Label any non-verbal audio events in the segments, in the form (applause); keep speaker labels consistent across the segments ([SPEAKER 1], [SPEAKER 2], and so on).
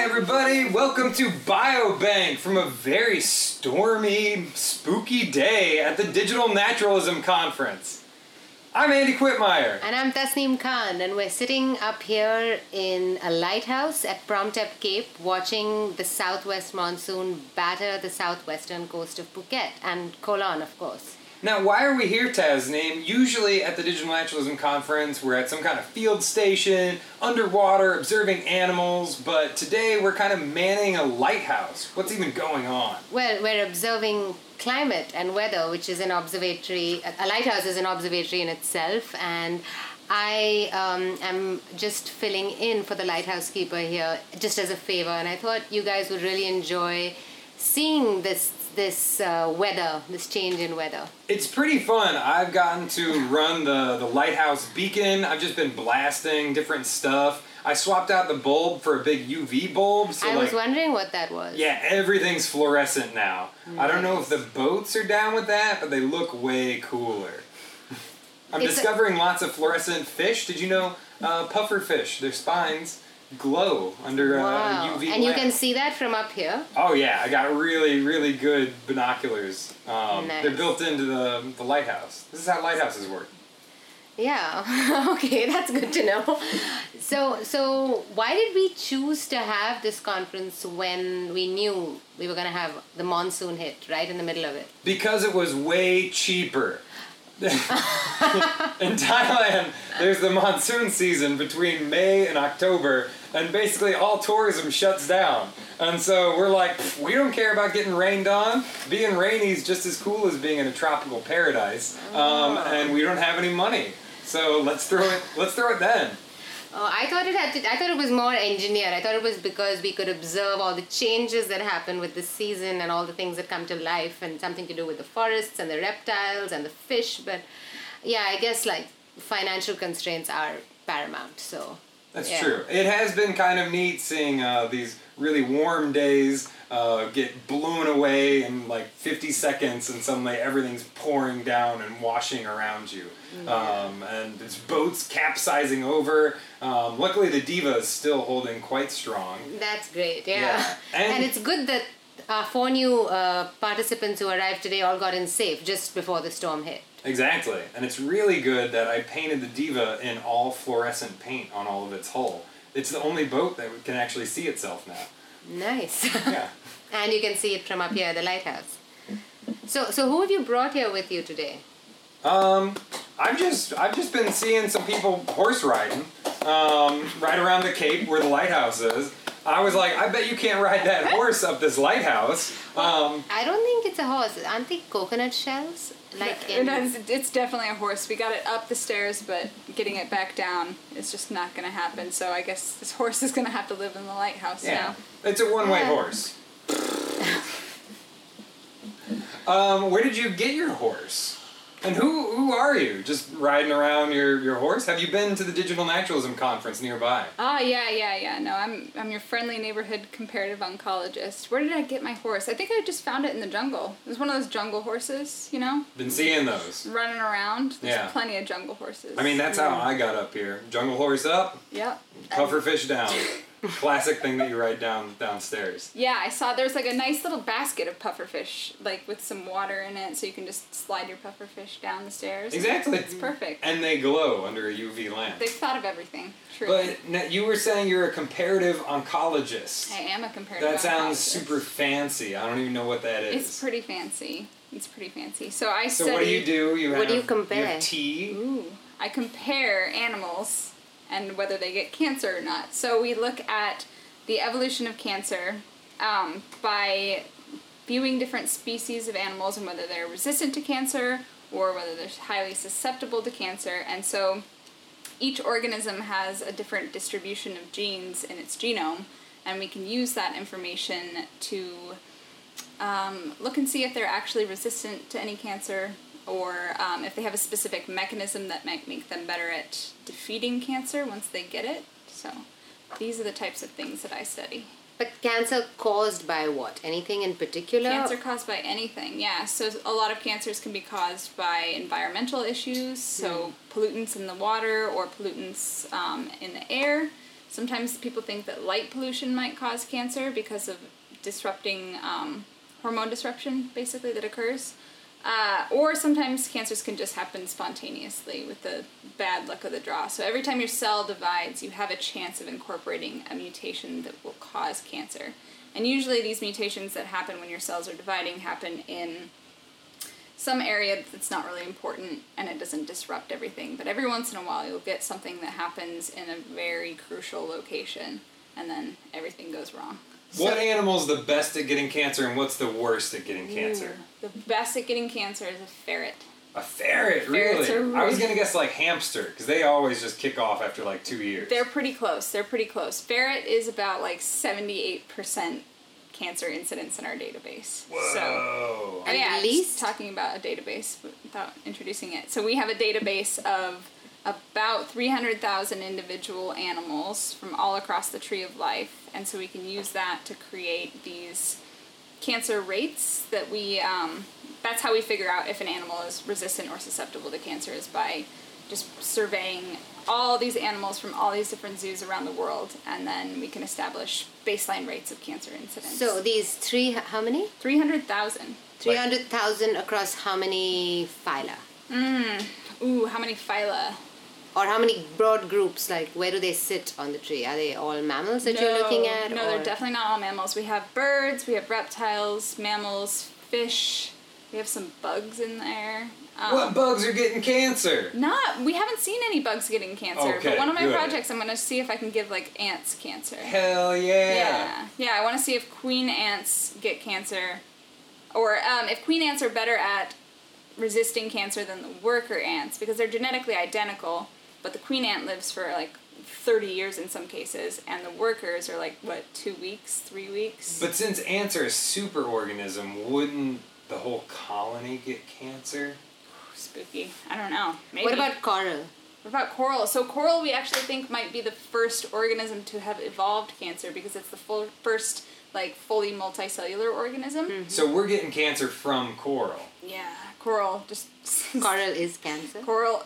[SPEAKER 1] everybody. Welcome to Biobank from a very stormy, spooky day at the Digital Naturalism Conference. I'm Andy Whitmire.
[SPEAKER 2] And I'm Tasneem Khan, and we're sitting up here in a lighthouse at Promtep Cape watching the southwest monsoon batter the southwestern coast of Phuket and Koh Lan, of course.
[SPEAKER 1] Now, why are we here, Tasneem? Usually at the Digital Naturalism Conference, we're at some kind of field station, underwater, observing animals, but today we're kind of manning a lighthouse. What's even going on?
[SPEAKER 2] Well, we're observing climate and weather, which is an observatory. A lighthouse is an observatory in itself, and I um, am just filling in for the lighthouse keeper here, just as a favor. And I thought you guys would really enjoy seeing this this uh, weather, this change in weather.
[SPEAKER 1] It's pretty fun. I've gotten to run the, the lighthouse beacon, I've just been blasting different stuff. I swapped out the bulb for a big UV bulb. So
[SPEAKER 2] I
[SPEAKER 1] like,
[SPEAKER 2] was wondering what that was.
[SPEAKER 1] Yeah, everything's fluorescent now. I don't know if the boats are down with that, but they look way cooler. (laughs) I'm
[SPEAKER 2] It's a-
[SPEAKER 1] discovering lots of fluorescent fish. Did you know uh, puffer fish, their spines glow under uh,
[SPEAKER 2] Wow.
[SPEAKER 1] UV
[SPEAKER 2] and you
[SPEAKER 1] lamp.
[SPEAKER 2] can see that from up here.
[SPEAKER 1] Oh yeah, I got really, really good binoculars. Um,
[SPEAKER 2] Nice.
[SPEAKER 1] They're built into the, the lighthouse. This is how lighthouses work.
[SPEAKER 2] Yeah. (laughs) okay, that's good to know. So, so why did we choose to have this conference when we knew we were going to have the monsoon hit right in the middle of it?
[SPEAKER 1] Because it was way cheaper. in Thailand, there's the monsoon season between May and October, and basically all tourism shuts down. And so we're like, "Pff, we don't care about getting rained on. Being rainy is just as cool as being in a tropical paradise. Um, and we don't have any money, so let's throw it. Let's throw it then.
[SPEAKER 2] Oh, I thought it had to, I thought it was more engineered. I thought it was because we could observe all the changes that happen with the season and all the things that come to life and something to do with the forests and the reptiles and the fish. But yeah, I guess like financial constraints are paramount. So
[SPEAKER 1] That's
[SPEAKER 2] yeah.
[SPEAKER 1] true. It has been kind of neat seeing uh, these really warm days uh, get blown away in like 50 seconds, and suddenly everything's pouring down and washing around you. Um, and it's boats capsizing over. Um, luckily, the diva is still holding quite strong.
[SPEAKER 2] That's great, yeah.
[SPEAKER 1] Yeah.
[SPEAKER 2] (laughs) And,
[SPEAKER 1] And-
[SPEAKER 2] it's good that our four new uh, participants who arrived today all got in safe just before the storm hit.
[SPEAKER 1] Exactly. And it's really good that I painted the diva in all fluorescent paint on all of its hull. It's the only boat that can actually see itself now.
[SPEAKER 2] Nice.
[SPEAKER 1] Yeah.
[SPEAKER 2] (laughs) and you can see it from up here, the lighthouse. So, so who have you brought here with you today?
[SPEAKER 1] Um, I've just I've just been seeing some people horse riding, um, right around the Cape where the lighthouse is. I was like, I bet you can't ride that horse up this lighthouse. Um,
[SPEAKER 2] I don't think it's a horse. Aren't they coconut shells? Like in,
[SPEAKER 3] No, it's, it's definitely a horse. We got it up the stairs, but getting it back down is just not going to happen. So I guess this horse is going to have to live in the lighthouse
[SPEAKER 1] yeah,
[SPEAKER 3] now.
[SPEAKER 1] it's a one-way
[SPEAKER 2] Yeah.
[SPEAKER 1] horse. um, where did you get your horse? And who who are you? Just riding around your your horse? Have you been to the Digital Naturalism Conference nearby?
[SPEAKER 3] Ah, yeah, yeah, yeah. No, I'm I'm your friendly neighborhood comparative oncologist. Where did I get my horse? I think I just found it in the jungle. It was one of those jungle horses, you know,
[SPEAKER 1] Been seeing those.
[SPEAKER 3] running around. There's
[SPEAKER 1] Yeah.
[SPEAKER 3] plenty of jungle horses.
[SPEAKER 1] I mean, that's how I got up here. Jungle horse up.
[SPEAKER 3] Yep.
[SPEAKER 1] Puffer fish down. Classic thing that you write down downstairs.
[SPEAKER 3] Yeah, I saw there's like a nice little basket of pufferfish, like with some water in it, so you can just slide your pufferfish down the stairs.
[SPEAKER 1] Exactly.
[SPEAKER 3] It's perfect.
[SPEAKER 1] And they glow under a UV lamp.
[SPEAKER 3] They've thought of everything. True.
[SPEAKER 1] But n- you were saying you're a comparative oncologist.
[SPEAKER 3] I am a comparative.
[SPEAKER 1] That sounds
[SPEAKER 3] oncologist.
[SPEAKER 1] super fancy. I don't even know what that is.
[SPEAKER 3] It's pretty fancy. It's pretty fancy. So I
[SPEAKER 1] so
[SPEAKER 3] study.
[SPEAKER 1] what do you do? You have,
[SPEAKER 2] What do you
[SPEAKER 1] You
[SPEAKER 2] compare?
[SPEAKER 1] have tea.
[SPEAKER 3] Ooh, I compare animals and whether they get cancer or not. So we look at the evolution of cancer um, by viewing different species of animals and whether they're resistant to cancer or whether they're highly susceptible to cancer. And so each organism has a different distribution of genes in its genome, and we can use that information to um, look and see if they're actually resistant to any cancer or um, if they have a specific mechanism that might make them better at defeating cancer once they get it. So these are the types of things that I study.
[SPEAKER 2] but cancer caused by what? Anything in particular?
[SPEAKER 3] Cancer caused by anything, yeah. So a lot of cancers can be caused by environmental issues, so pollutants in the water or pollutants um, in the air. Sometimes people think that light pollution might cause cancer because of disrupting um, hormone disruption, basically, that occurs. Uh, or sometimes cancers can just happen spontaneously with the bad luck of the draw. So every time your cell divides, you have a chance of incorporating a mutation that will cause cancer. And usually, these mutations that happen when your cells are dividing happen in some area that's not really important and it doesn't disrupt everything. But every once in a while, you'll get something that happens in a very crucial location, and then everything goes wrong.
[SPEAKER 1] What animal's the best at getting cancer and what's the worst at getting cancer?
[SPEAKER 3] The best at getting cancer is a ferret.
[SPEAKER 1] A ferret,
[SPEAKER 3] Ferrets
[SPEAKER 1] really?
[SPEAKER 3] are
[SPEAKER 1] I was
[SPEAKER 3] really-
[SPEAKER 1] gonna guess like hamster, because they always just kick off after like two years.
[SPEAKER 3] They're pretty close. They're pretty close. Ferret is about like 78% cancer incidence in our database. So,
[SPEAKER 1] Whoa.
[SPEAKER 3] yeah,
[SPEAKER 2] At
[SPEAKER 3] just
[SPEAKER 2] least?
[SPEAKER 3] talking about a database without introducing it. So we have a database of about 300,000 individual animals from all across the tree of life. And so we can use that to create these cancer rates that we um, that's how we figure out if an animal is resistant or susceptible to cancer is by just surveying all these animals from all these different zoos around the world and then we can establish baseline rates of cancer incidence
[SPEAKER 2] So these three, how many?
[SPEAKER 3] 300000
[SPEAKER 2] 300,000 across how many phyla?
[SPEAKER 3] ooh how many phyla
[SPEAKER 2] Or how many broad groups, like where do they sit on the tree? Are they all mammals that you're looking at?
[SPEAKER 3] no
[SPEAKER 2] or-
[SPEAKER 3] they're definitely not all mammals we have birds we have reptiles mammals fish we have some bugs in there um,
[SPEAKER 1] What bugs are getting cancer?
[SPEAKER 3] Not. We haven't seen any bugs getting cancer.
[SPEAKER 1] Okay,
[SPEAKER 3] but one of my
[SPEAKER 1] good.
[SPEAKER 3] projects, I'm gonna see if I can give like ants cancer.
[SPEAKER 1] Hell yeah.
[SPEAKER 3] Yeah. Yeah, I want to see if queen ants get cancer, or um, if queen ants are better at resisting cancer than the worker ants because they're genetically identical, but the queen ant lives for like 30 years in some cases, and the workers are like what two weeks, three weeks.
[SPEAKER 1] But since ants are a super organism, wouldn't the whole colony get cancer?
[SPEAKER 3] Spooky. I don't know. Maybe.
[SPEAKER 2] What about coral?
[SPEAKER 3] What about coral? So coral, we actually think might be the first organism to have evolved cancer because it's the full, first like fully multicellular organism.
[SPEAKER 2] Hmm.
[SPEAKER 1] So we're getting cancer from coral.
[SPEAKER 3] Yeah, coral just
[SPEAKER 2] Coral is cancer.
[SPEAKER 3] (laughs) coral.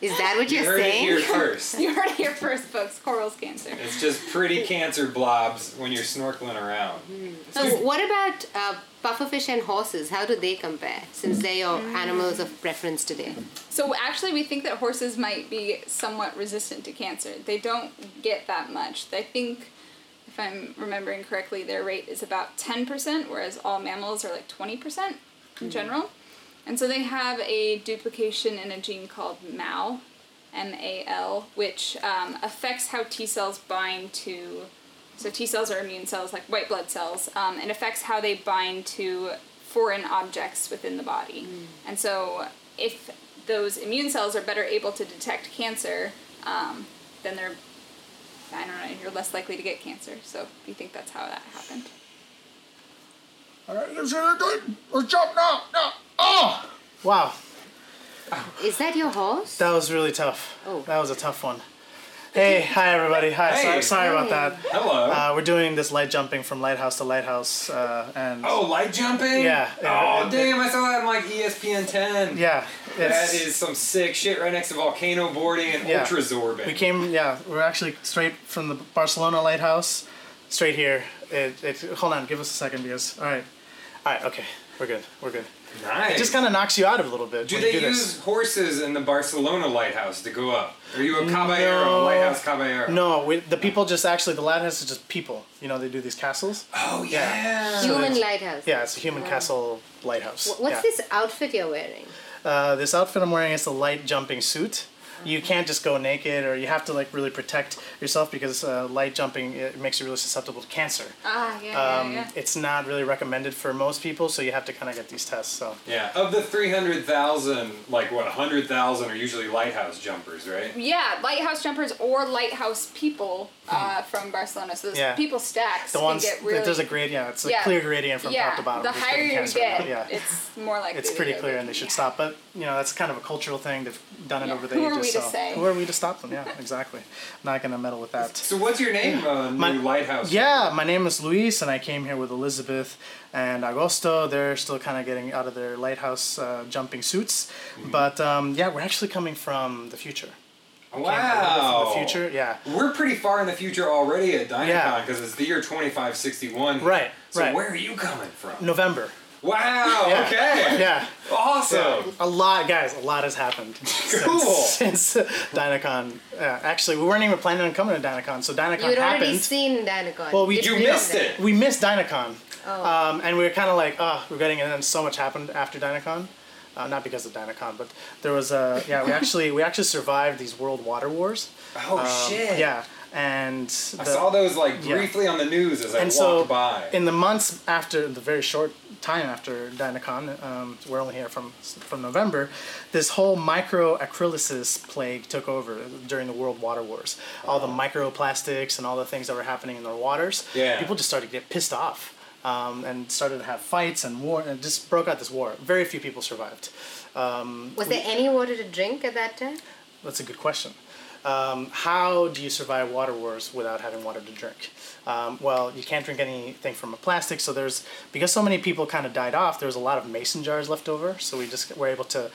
[SPEAKER 2] Is that what you're
[SPEAKER 1] you heard
[SPEAKER 2] saying? (laughs)
[SPEAKER 1] it here first.
[SPEAKER 3] you heard it here first, folks. Coral's cancer.
[SPEAKER 1] It's just pretty cancer blobs when you're snorkeling around.
[SPEAKER 2] So what about uh, pufferfish and horses? How do they compare? Since they're your
[SPEAKER 3] Mm.
[SPEAKER 2] animals of preference today.
[SPEAKER 3] So actually, we think that horses might be somewhat resistant to cancer. They don't get that much. I think, if I'm remembering correctly, their rate is about 10%, whereas all mammals are like 20% in general. And so they have a duplication in a gene called MAL, M-A-L, which um, affects how T cells bind to. So T cells are immune cells, like white blood cells, um, and affects how they bind to foreign objects within the body.
[SPEAKER 4] Mm.
[SPEAKER 3] And so, if those immune cells are better able to detect cancer, um, then they're, I don't know, you're less likely to get cancer. So we think that's how that happened.
[SPEAKER 4] All right, let's do it good. Let's jump now. Now. Oh! Wow,
[SPEAKER 2] Is that your horse?
[SPEAKER 4] that was really tough.
[SPEAKER 2] Oh.
[SPEAKER 4] That was a tough one. Hey, hi everybody. Hi.
[SPEAKER 1] Hey.
[SPEAKER 4] Sorry, sorry about that.
[SPEAKER 1] Hello.
[SPEAKER 4] Uh, we're doing this light jumping from lighthouse to lighthouse, uh, and
[SPEAKER 1] oh, light jumping?
[SPEAKER 4] Yeah.
[SPEAKER 1] Oh,
[SPEAKER 4] Uh,
[SPEAKER 1] damn, I saw that in like E ESPN 10.
[SPEAKER 4] yeah,
[SPEAKER 1] That
[SPEAKER 4] it's-
[SPEAKER 1] is some sick shit right next to volcano boarding and
[SPEAKER 4] Yeah.
[SPEAKER 1] ultra zorbing.
[SPEAKER 4] We came, yeah, we're actually straight from the Barcelona lighthouse, straight here. It, it, hold on, give us a second because, all right, all right, okay, we're good, we're good.
[SPEAKER 1] nice.
[SPEAKER 4] It just kind of knocks you out of a little bit.
[SPEAKER 1] do
[SPEAKER 4] when you
[SPEAKER 1] they
[SPEAKER 4] do
[SPEAKER 1] use
[SPEAKER 4] This.
[SPEAKER 1] horses in the Barcelona lighthouse to go up? Are you a caballero,
[SPEAKER 4] No.
[SPEAKER 1] lighthouse caballero?
[SPEAKER 4] No, we, the people just actually the lighthouse is just people. You know, they do these castles.
[SPEAKER 1] Oh yeah.
[SPEAKER 4] Yeah.
[SPEAKER 2] Human
[SPEAKER 4] it's-
[SPEAKER 2] lighthouse.
[SPEAKER 4] Yeah, it's a human castle lighthouse.
[SPEAKER 2] Wh- What's
[SPEAKER 4] yeah.
[SPEAKER 2] this outfit you're wearing?
[SPEAKER 4] Uh, this outfit I'm wearing is a light jumping suit. You can't just go naked, or you have to like really protect yourself because uh, light jumping it makes you really susceptible to cancer.
[SPEAKER 3] Ah, yeah,
[SPEAKER 4] Um,
[SPEAKER 3] yeah, yeah.
[SPEAKER 4] It's not really recommended for most people, so you have to kind of get these tests. So
[SPEAKER 1] Yeah. Of the three hundred thousand, like what, hundred thousand are usually lighthouse jumpers, right?
[SPEAKER 3] Yeah, lighthouse jumpers or lighthouse people uh, from Barcelona. So those
[SPEAKER 4] Hmm. Yeah.
[SPEAKER 3] people stacks
[SPEAKER 4] the
[SPEAKER 3] can
[SPEAKER 4] ones
[SPEAKER 3] get really.
[SPEAKER 4] there's a grade, yeah, it's a
[SPEAKER 3] Yeah.
[SPEAKER 4] clear gradient from
[SPEAKER 3] yeah,
[SPEAKER 4] top to bottom.
[SPEAKER 3] The
[SPEAKER 4] There's different
[SPEAKER 3] higher you
[SPEAKER 4] cancer
[SPEAKER 3] get,
[SPEAKER 4] amount, yeah.
[SPEAKER 3] it's more likely.
[SPEAKER 4] It's
[SPEAKER 3] to
[SPEAKER 4] pretty
[SPEAKER 3] get
[SPEAKER 4] clear, and they should stop. But you know, that's kind of a cultural thing. They've done it
[SPEAKER 3] Yeah.
[SPEAKER 4] over the
[SPEAKER 3] Who are
[SPEAKER 4] ages.
[SPEAKER 3] we to
[SPEAKER 4] so
[SPEAKER 3] say?
[SPEAKER 4] who are we to stop them? Yeah, exactly. I'm not gonna meddle with that.
[SPEAKER 1] So what's your name, uh, new
[SPEAKER 4] My-
[SPEAKER 1] lighthouse?
[SPEAKER 4] Yeah, my name is Luis, and I came here with Elizabeth and Agosto. They're still kind of getting out of their
[SPEAKER 1] Mm-hmm.
[SPEAKER 4] lighthouse uh, jumping suits, but um, yeah, we're actually coming from the future. Cancer
[SPEAKER 1] Wow.
[SPEAKER 4] in the future. Yeah.
[SPEAKER 1] We're pretty far in the future already at DynaCon
[SPEAKER 4] Yeah.
[SPEAKER 1] because it's the year 2561.
[SPEAKER 4] Right,
[SPEAKER 1] So
[SPEAKER 4] right.
[SPEAKER 1] where are you coming from?
[SPEAKER 4] November.
[SPEAKER 1] Wow.
[SPEAKER 4] Yeah.
[SPEAKER 1] Okay.
[SPEAKER 4] Yeah.
[SPEAKER 1] Awesome.
[SPEAKER 4] A lot, guys. A lot has
[SPEAKER 1] (laughs)
[SPEAKER 4] happened
[SPEAKER 1] Cool.
[SPEAKER 4] since, since DynaCon. Uh, actually, we weren't even planning on coming to DynaCon, so DynaCon
[SPEAKER 2] You'd already
[SPEAKER 4] happened.
[SPEAKER 2] seen Dynacon.
[SPEAKER 4] Well, we-
[SPEAKER 2] It's
[SPEAKER 1] You
[SPEAKER 2] been
[SPEAKER 1] missed
[SPEAKER 2] there.
[SPEAKER 1] it.
[SPEAKER 4] we missed DynaCon,
[SPEAKER 2] Oh.
[SPEAKER 4] um, and we were kind of like, oh, we're getting, and then so much happened after DynaCon. Uh, not because of DynaCon, but there was a yeah. We actually we actually survived these world water wars.
[SPEAKER 1] Oh shit.
[SPEAKER 4] Um, Yeah, and the,
[SPEAKER 1] I saw those like
[SPEAKER 4] yeah.
[SPEAKER 1] briefly on the news as I
[SPEAKER 4] and
[SPEAKER 1] walked
[SPEAKER 4] so
[SPEAKER 1] by.
[SPEAKER 4] in the months after the very short time after DynaCon, um, we're only here from from November, this whole microacrylysis plague took over during the World Water Wars. All the microplastics and all the things that were happening in their waters.
[SPEAKER 1] Yeah.
[SPEAKER 4] People just started to get pissed off. Um, and started to have fights and war, and just broke out this war. Very few people survived.
[SPEAKER 2] Was there any water to drink at that time?
[SPEAKER 4] That's a good question. Um, how do you survive water wars without having water to drink? Um, well, you can't drink anything from a plastic, so there's because so many people kind of died off. There was a lot of mason jars left over, so we just were able to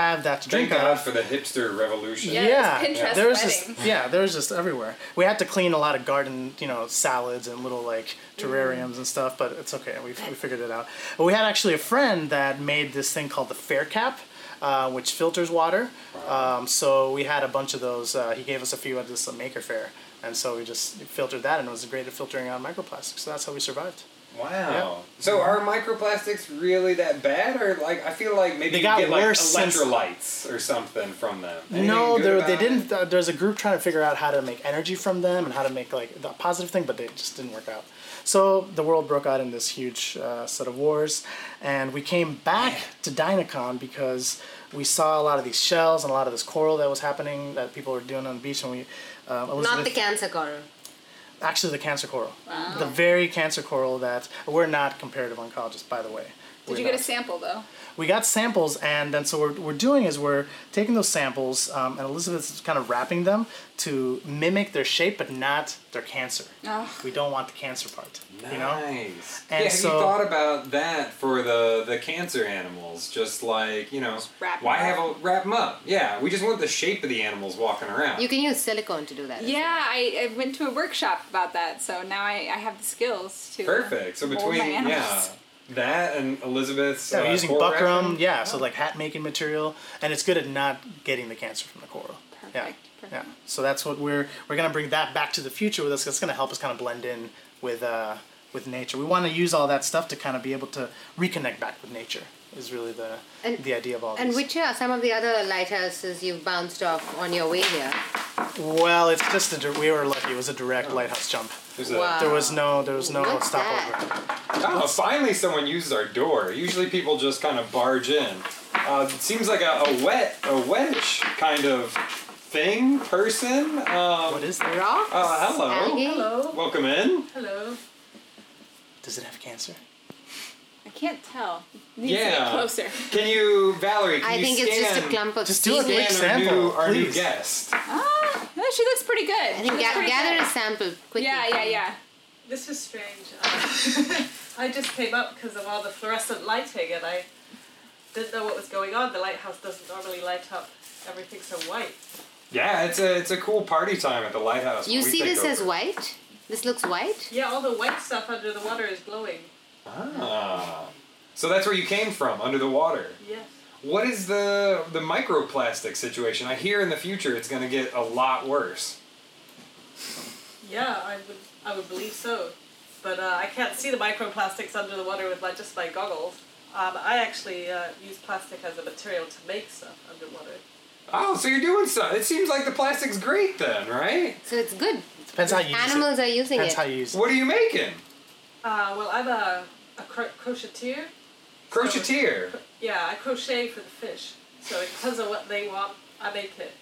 [SPEAKER 4] have that to
[SPEAKER 1] Thank
[SPEAKER 4] drink
[SPEAKER 1] God
[SPEAKER 4] out
[SPEAKER 1] for the hipster revolution.
[SPEAKER 3] Yeah. there's Pinterest
[SPEAKER 4] there was
[SPEAKER 3] wedding.
[SPEAKER 4] just yeah, there was just everywhere. We had to clean a lot of garden, you know, salads and little like terrariums and stuff, but it's okay. We we figured it out. But we had actually a friend that made this thing called the Fair Cap. Uh, which filters water. Um, so we had a bunch of those. Uh, he gave us a few at this uh, maker fair, and so we just filtered that, and it was great at filtering out microplastics. So that's how we survived.
[SPEAKER 1] Wow. So are microplastics really that bad, or like I feel like maybe
[SPEAKER 4] They
[SPEAKER 1] you
[SPEAKER 4] got
[SPEAKER 1] get
[SPEAKER 4] worse
[SPEAKER 1] like
[SPEAKER 4] since-
[SPEAKER 1] electrolytes or something from them? Anything
[SPEAKER 4] no,
[SPEAKER 1] good
[SPEAKER 4] there,
[SPEAKER 1] about
[SPEAKER 4] they
[SPEAKER 1] it?
[SPEAKER 4] didn't. Uh, there's a group trying to figure out how to make energy from them and how to make like the positive thing, but they just didn't work out. So the world broke out in this huge uh, set of wars, and we came back to Dynacon because we saw a lot of these shells and a lot of this coral that was happening that people were doing on the beach, and we. Um,
[SPEAKER 2] Not
[SPEAKER 4] Elizabeth-
[SPEAKER 2] the cancer coral.
[SPEAKER 4] actually the cancer coral, the very cancer coral that we're not comparative oncologists, by the way.
[SPEAKER 3] Did
[SPEAKER 4] We're
[SPEAKER 3] you get a
[SPEAKER 4] not
[SPEAKER 3] sample though?
[SPEAKER 4] we got samples, and then so what we're doing is we're taking those samples, um, and Elizabeth's kind of wrapping them to mimic their shape, but not their cancer.
[SPEAKER 3] Oh.
[SPEAKER 4] We don't want the cancer part,
[SPEAKER 1] Nice.
[SPEAKER 4] you know.
[SPEAKER 1] yeah,
[SPEAKER 4] And
[SPEAKER 1] have you
[SPEAKER 4] so-
[SPEAKER 1] thought about that for the the cancer animals? Just like you know,
[SPEAKER 3] wrap 'em
[SPEAKER 1] why
[SPEAKER 3] up.
[SPEAKER 1] have a wrap them up? Yeah, we just want the shape of the animals walking around.
[SPEAKER 2] You can use silicone to do that.
[SPEAKER 3] Yeah, I, I went to a workshop about that, so now I, I have the skills to. uh,
[SPEAKER 1] Perfect. So
[SPEAKER 3] mold my
[SPEAKER 1] between yeah,
[SPEAKER 3] animals.
[SPEAKER 1] that and Elizabeth's
[SPEAKER 4] Yeah,
[SPEAKER 1] uh,
[SPEAKER 4] we're using
[SPEAKER 1] coral Oh.
[SPEAKER 4] buckram,
[SPEAKER 1] wrapping?
[SPEAKER 4] yeah, so like hat making material, and it's good at not getting the cancer from the coral. Yeah,
[SPEAKER 3] Perfect, perfect.
[SPEAKER 4] yeah. So that's what we're we're gonna bring that back to the future with us. That's gonna help us kind of blend in with uh, with nature. We want to use all that stuff to kind of be able to reconnect back with nature. Is really the
[SPEAKER 2] And-
[SPEAKER 4] the idea of all
[SPEAKER 2] And
[SPEAKER 4] these.
[SPEAKER 2] which are some of the other lighthouses you've bounced off on your way here?
[SPEAKER 4] Well, it's just a. dir- We were lucky. It was a direct lighthouse jump.
[SPEAKER 1] There's a-
[SPEAKER 2] Wow.
[SPEAKER 4] There was no. There was no
[SPEAKER 2] What's
[SPEAKER 4] stopover.
[SPEAKER 1] Oh, finally someone uses our door. Usually people just kind of barge in. Uh, it seems like a, a wet, a wetish kind of thing, person. Um,
[SPEAKER 4] What is that?
[SPEAKER 2] Rocks?
[SPEAKER 1] Oh, hello.
[SPEAKER 2] Algae?
[SPEAKER 5] Hello.
[SPEAKER 1] welcome in.
[SPEAKER 5] Hello.
[SPEAKER 4] Does it have cancer?
[SPEAKER 3] I can't tell. Needs to
[SPEAKER 1] Yeah.
[SPEAKER 3] get closer.
[SPEAKER 1] Can you, Valerie? Can
[SPEAKER 2] I
[SPEAKER 1] you
[SPEAKER 2] think
[SPEAKER 1] scan,
[SPEAKER 2] it's just a clump of
[SPEAKER 4] Just do it,
[SPEAKER 2] seaweed.
[SPEAKER 4] please.
[SPEAKER 1] scan our new,
[SPEAKER 4] Sample,
[SPEAKER 1] our new
[SPEAKER 4] please.
[SPEAKER 1] guest.
[SPEAKER 3] Ah, no, she looks pretty good.
[SPEAKER 2] I
[SPEAKER 3] She
[SPEAKER 2] think
[SPEAKER 3] looks
[SPEAKER 2] ga-
[SPEAKER 3] pretty
[SPEAKER 2] gather a
[SPEAKER 3] good.
[SPEAKER 2] sample quickly.
[SPEAKER 3] Yeah, yeah, yeah.
[SPEAKER 5] This is strange. (laughs) Uh, I just came up because of all the fluorescent lighting and I didn't know what was going on. The lighthouse doesn't normally light up everything so white.
[SPEAKER 1] Yeah, it's a it's a cool party time at the lighthouse.
[SPEAKER 2] You
[SPEAKER 1] when we
[SPEAKER 2] see
[SPEAKER 1] take
[SPEAKER 2] this as
[SPEAKER 1] over.
[SPEAKER 2] white? This looks white?
[SPEAKER 5] Yeah, all the white stuff under the water is glowing.
[SPEAKER 1] Ah, so that's where you came from, under the water.
[SPEAKER 5] Yes.
[SPEAKER 1] What is the the microplastic situation? I hear in the future it's going to get a lot worse.
[SPEAKER 5] Yeah, I would I would believe so. But uh, I can't see the microplastics under the water with my, just my goggles. Um, I actually uh, use plastic as a material to make stuff underwater.
[SPEAKER 1] Oh, so you're doing stuff. It seems like the plastic's great then, right?
[SPEAKER 2] So it's good.
[SPEAKER 4] Depends how you use
[SPEAKER 2] Animals
[SPEAKER 4] it.
[SPEAKER 2] are using
[SPEAKER 4] Depends
[SPEAKER 2] it.
[SPEAKER 4] how you use it.
[SPEAKER 1] What are you making?
[SPEAKER 5] Uh, well, I'm a, a cro- crocheteer.
[SPEAKER 1] Crocheteer.
[SPEAKER 5] Yeah, I crochet for the fish. So it depends on what they want, I make it.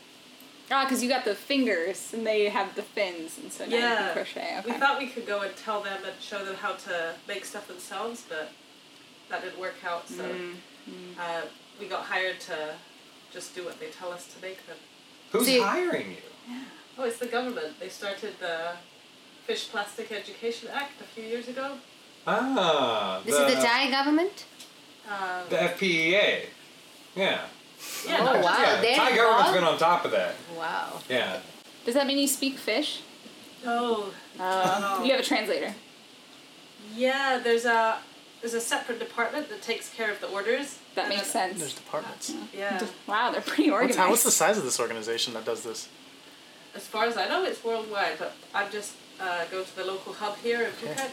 [SPEAKER 3] Ah, because you got the fingers and they have the fins, and so now you
[SPEAKER 5] Yeah.
[SPEAKER 3] can crochet. Okay.
[SPEAKER 5] We thought we could go and tell them and show them how to make stuff themselves, but that didn't work out. So Uh, we got hired to just do what they tell us to make them.
[SPEAKER 1] Who's
[SPEAKER 2] See-
[SPEAKER 1] hiring you?
[SPEAKER 5] Oh, it's the government. They started the Fish Plastic Education Act a few years ago.
[SPEAKER 1] Ah,
[SPEAKER 2] This is the Thai government?
[SPEAKER 5] Um,
[SPEAKER 1] the FPEA. E Yeah.
[SPEAKER 6] Yeah,
[SPEAKER 2] Oh,
[SPEAKER 6] not
[SPEAKER 2] wow.
[SPEAKER 1] yeah,
[SPEAKER 2] they're
[SPEAKER 1] Thai
[SPEAKER 2] involved?
[SPEAKER 1] government's been on top of that.
[SPEAKER 2] Wow.
[SPEAKER 1] Yeah.
[SPEAKER 3] Does that mean you speak fish?
[SPEAKER 6] just- Oh,
[SPEAKER 3] Uh,
[SPEAKER 6] Oh.
[SPEAKER 3] You have a translator.
[SPEAKER 6] yeah. There's a there's a separate department that takes care of the orders.
[SPEAKER 3] That
[SPEAKER 6] and
[SPEAKER 3] makes
[SPEAKER 6] then-
[SPEAKER 4] There's
[SPEAKER 3] sense.
[SPEAKER 4] departments.
[SPEAKER 6] Yeah.
[SPEAKER 3] Wow, they're pretty
[SPEAKER 4] What's,
[SPEAKER 3] organized.
[SPEAKER 4] how, what's the size of this organization that does this?
[SPEAKER 6] As far as I know, it's worldwide, but I just uh, go to the local hub here in Phuket.
[SPEAKER 1] And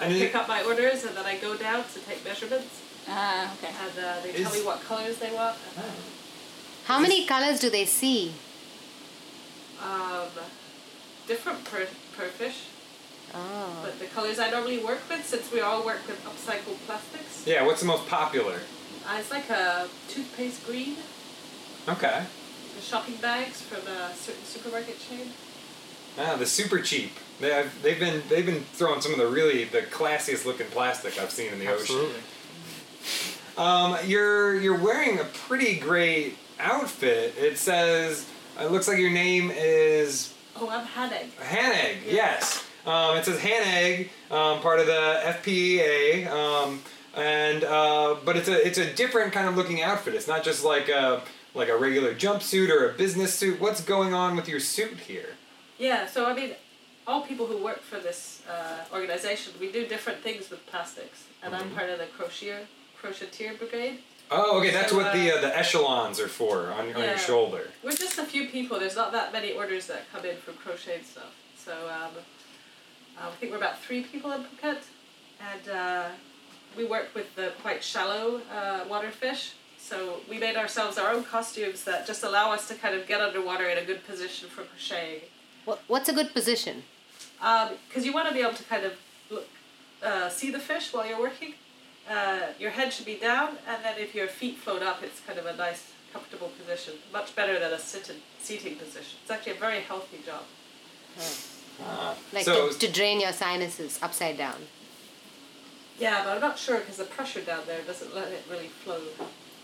[SPEAKER 6] And I
[SPEAKER 1] you-
[SPEAKER 6] pick up my orders and then I go down to take measurements
[SPEAKER 3] Ah, okay.
[SPEAKER 6] and uh, they tell
[SPEAKER 1] Is-
[SPEAKER 6] me what colors they want.
[SPEAKER 2] How many colors do they see?
[SPEAKER 6] Um, different per, per fish,
[SPEAKER 2] Oh.
[SPEAKER 6] but the colors I normally work with, since we all work with upcycled plastics,
[SPEAKER 1] Yeah, what's the most popular?
[SPEAKER 6] uh, it's like a toothpaste green,
[SPEAKER 1] Okay.
[SPEAKER 6] the shopping bags from a certain supermarket chain.
[SPEAKER 1] Ah, the super cheap. They, I've, they've been they've been throwing some of the really the classiest looking plastic I've seen in the
[SPEAKER 4] Absolutely.
[SPEAKER 1] ocean. Um, you're you're wearing a pretty great outfit. It says it looks like your name is
[SPEAKER 6] Oh, I'm Haneg.
[SPEAKER 1] Haneg, yes. Um, it says Haneg, um, part of the FPEA, um, and uh, but it's a it's a different kind of looking outfit. It's not just like a like a regular jumpsuit or a business suit. What's going on with your suit here?
[SPEAKER 6] Yeah, so I mean, all people who work for this uh, organization, we do different things with plastics, and I'm part of the crocheter crocheteer brigade.
[SPEAKER 1] Oh, okay, that's
[SPEAKER 6] So,
[SPEAKER 1] what the
[SPEAKER 6] uh,
[SPEAKER 1] uh, the echelons are for on, on your
[SPEAKER 6] Yeah.
[SPEAKER 1] shoulder.
[SPEAKER 6] We're just a few people. There's not that many orders that come in for crocheted stuff. So um, I think we're about three people in Phuket, and uh, we work with the quite shallow uh, water fish. So we made ourselves our own costumes that just allow us to kind of get underwater in a good position for crocheting.
[SPEAKER 2] Wha- What's a good position?
[SPEAKER 6] because Um, you want to be able to kind of look, uh, see the fish while you're working. Uh, your head should be down, and then if your feet float up, it's kind of a nice, comfortable position. Much better than a seated seating position. It's actually a very healthy job.
[SPEAKER 2] Like
[SPEAKER 1] So-
[SPEAKER 2] to, to drain your sinuses upside down.
[SPEAKER 6] Yeah, but I'm not sure because the pressure down there doesn't let it really flow.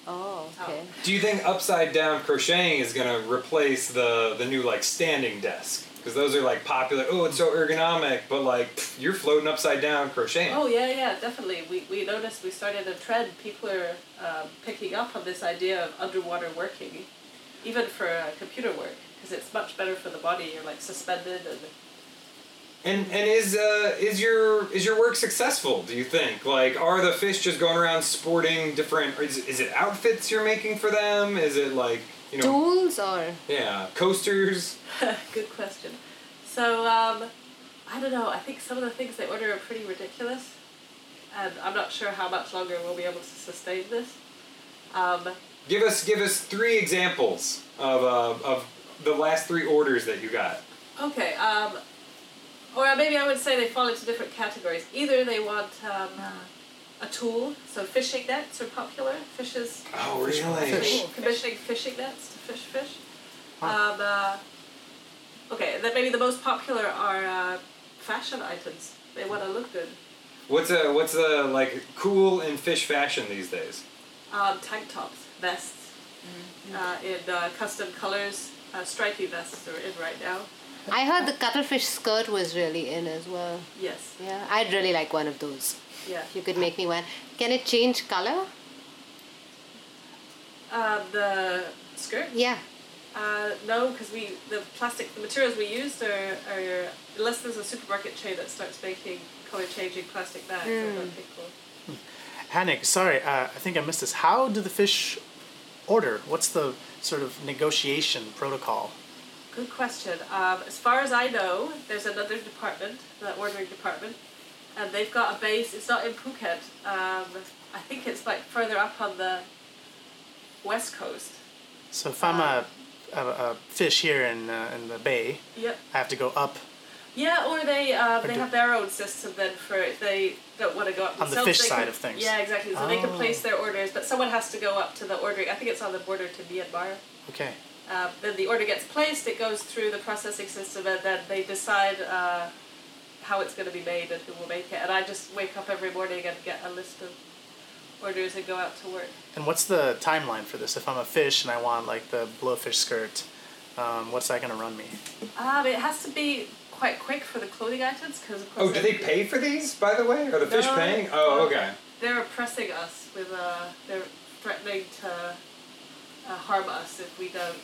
[SPEAKER 2] Oh, okay.
[SPEAKER 1] Do you think upside down crocheting is gonna replace the the new like standing desk? Because those are like popular. Oh, it's so ergonomic, but like pff, you're floating upside down crocheting.
[SPEAKER 6] Oh yeah, yeah, definitely. We we noticed we started a trend. People are um, picking up on this idea of underwater working, even for uh, computer work, because it's much better for the body. You're like suspended and.
[SPEAKER 1] And and is uh is your is your work successful? Do you think? Like, are the fish just going around sporting different? Or is is it outfits you're making for them? Is it like you know?
[SPEAKER 2] Tools or
[SPEAKER 1] Yeah, coasters.
[SPEAKER 6] Good question. So, um, I don't know. I think some of the things they order are pretty ridiculous, and I'm not sure how much longer we'll be able to sustain this. Um,
[SPEAKER 1] Give us give us three examples of uh, of the last three orders that you got.
[SPEAKER 6] okay. Um, or maybe I would say they fall into different categories. Either they want um, a tool, so fishing nets are popular. Fishes
[SPEAKER 1] Oh really?
[SPEAKER 4] Fish.
[SPEAKER 6] commissioning fishing nets to fish fish. Um, uh, okay, and then maybe the most popular are uh, fashion items. They want to look good.
[SPEAKER 1] What's a what's a like cool in fish fashion these days?
[SPEAKER 6] um, tank tops, vests uh, in uh, custom colors. Uh, stripy vests are in right now.
[SPEAKER 2] I heard the cuttlefish skirt was really in as well.
[SPEAKER 6] Yes,
[SPEAKER 2] Yeah, I'd really like one of those.
[SPEAKER 6] yeah.
[SPEAKER 2] If you could make me one. Can it change color?
[SPEAKER 6] Uh, the skirt?
[SPEAKER 2] Yeah.
[SPEAKER 6] Uh, no, because we the plastic the materials we used are, are unless there's a supermarket chain that starts making color changing plastic bags. I don't think we'll-
[SPEAKER 4] Hanik, sorry, uh, I think I missed this. How do the fish order? What's the sort of negotiation protocol?
[SPEAKER 6] Good question. Um, as far as I know, there's another department, the ordering department, and they've got a base. It's not in Phuket. Um, I think it's like further up on the west coast.
[SPEAKER 4] So if I'm a, a, a fish here in uh, in the bay,
[SPEAKER 6] Yep.
[SPEAKER 4] I have to go up
[SPEAKER 6] Yeah, or they um, they
[SPEAKER 4] do-
[SPEAKER 6] have their own system then for if they don't want to go up
[SPEAKER 4] On the
[SPEAKER 6] themselves,
[SPEAKER 4] fish
[SPEAKER 6] they
[SPEAKER 4] side
[SPEAKER 6] can-
[SPEAKER 4] of things.
[SPEAKER 6] Yeah, exactly. So they can
[SPEAKER 4] Oh.
[SPEAKER 6] place their orders, but someone has to go up to the ordering. I think it's on the border to Myanmar.
[SPEAKER 4] Okay.
[SPEAKER 6] Um, then the order gets placed, it goes through the processing system, and then they decide uh, how it's going to be made and who will make it. And I just wake up every morning and get a list of orders and go out to work.
[SPEAKER 4] And what's the timeline for this? If I'm a fish and I want like the blowfish skirt, um, what's that gonna run me?
[SPEAKER 6] Um, it has to be quite quick for the clothing items because, of course,
[SPEAKER 1] Oh, do they pay for these? By the way, are the fish
[SPEAKER 6] No.
[SPEAKER 1] paying? Oh, okay.
[SPEAKER 6] They're oppressing us with uh, they're threatening to uh, harm us if we don't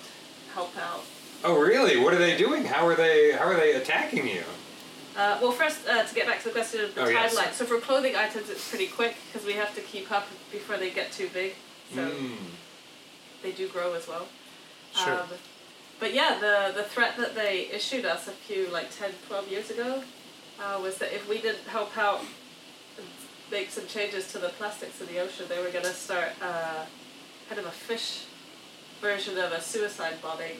[SPEAKER 6] help out.
[SPEAKER 1] Oh, really? What are they doing? How are they? How are they attacking you?
[SPEAKER 6] Uh, well, first, uh, to get back to the question of the
[SPEAKER 1] Oh,
[SPEAKER 6] timeline.
[SPEAKER 1] yes.
[SPEAKER 6] So for clothing items, it's pretty quick because we have to keep up before they get too big. So
[SPEAKER 1] Hmm.
[SPEAKER 6] they do grow as well.
[SPEAKER 4] Sure.
[SPEAKER 6] Um, but yeah, the, the threat that they issued us a few, like 10, 12 years ago, uh, was that if we didn't help out and make some changes to the plastics in the ocean, they were going to start uh, kind of a fish version of a suicide bombing.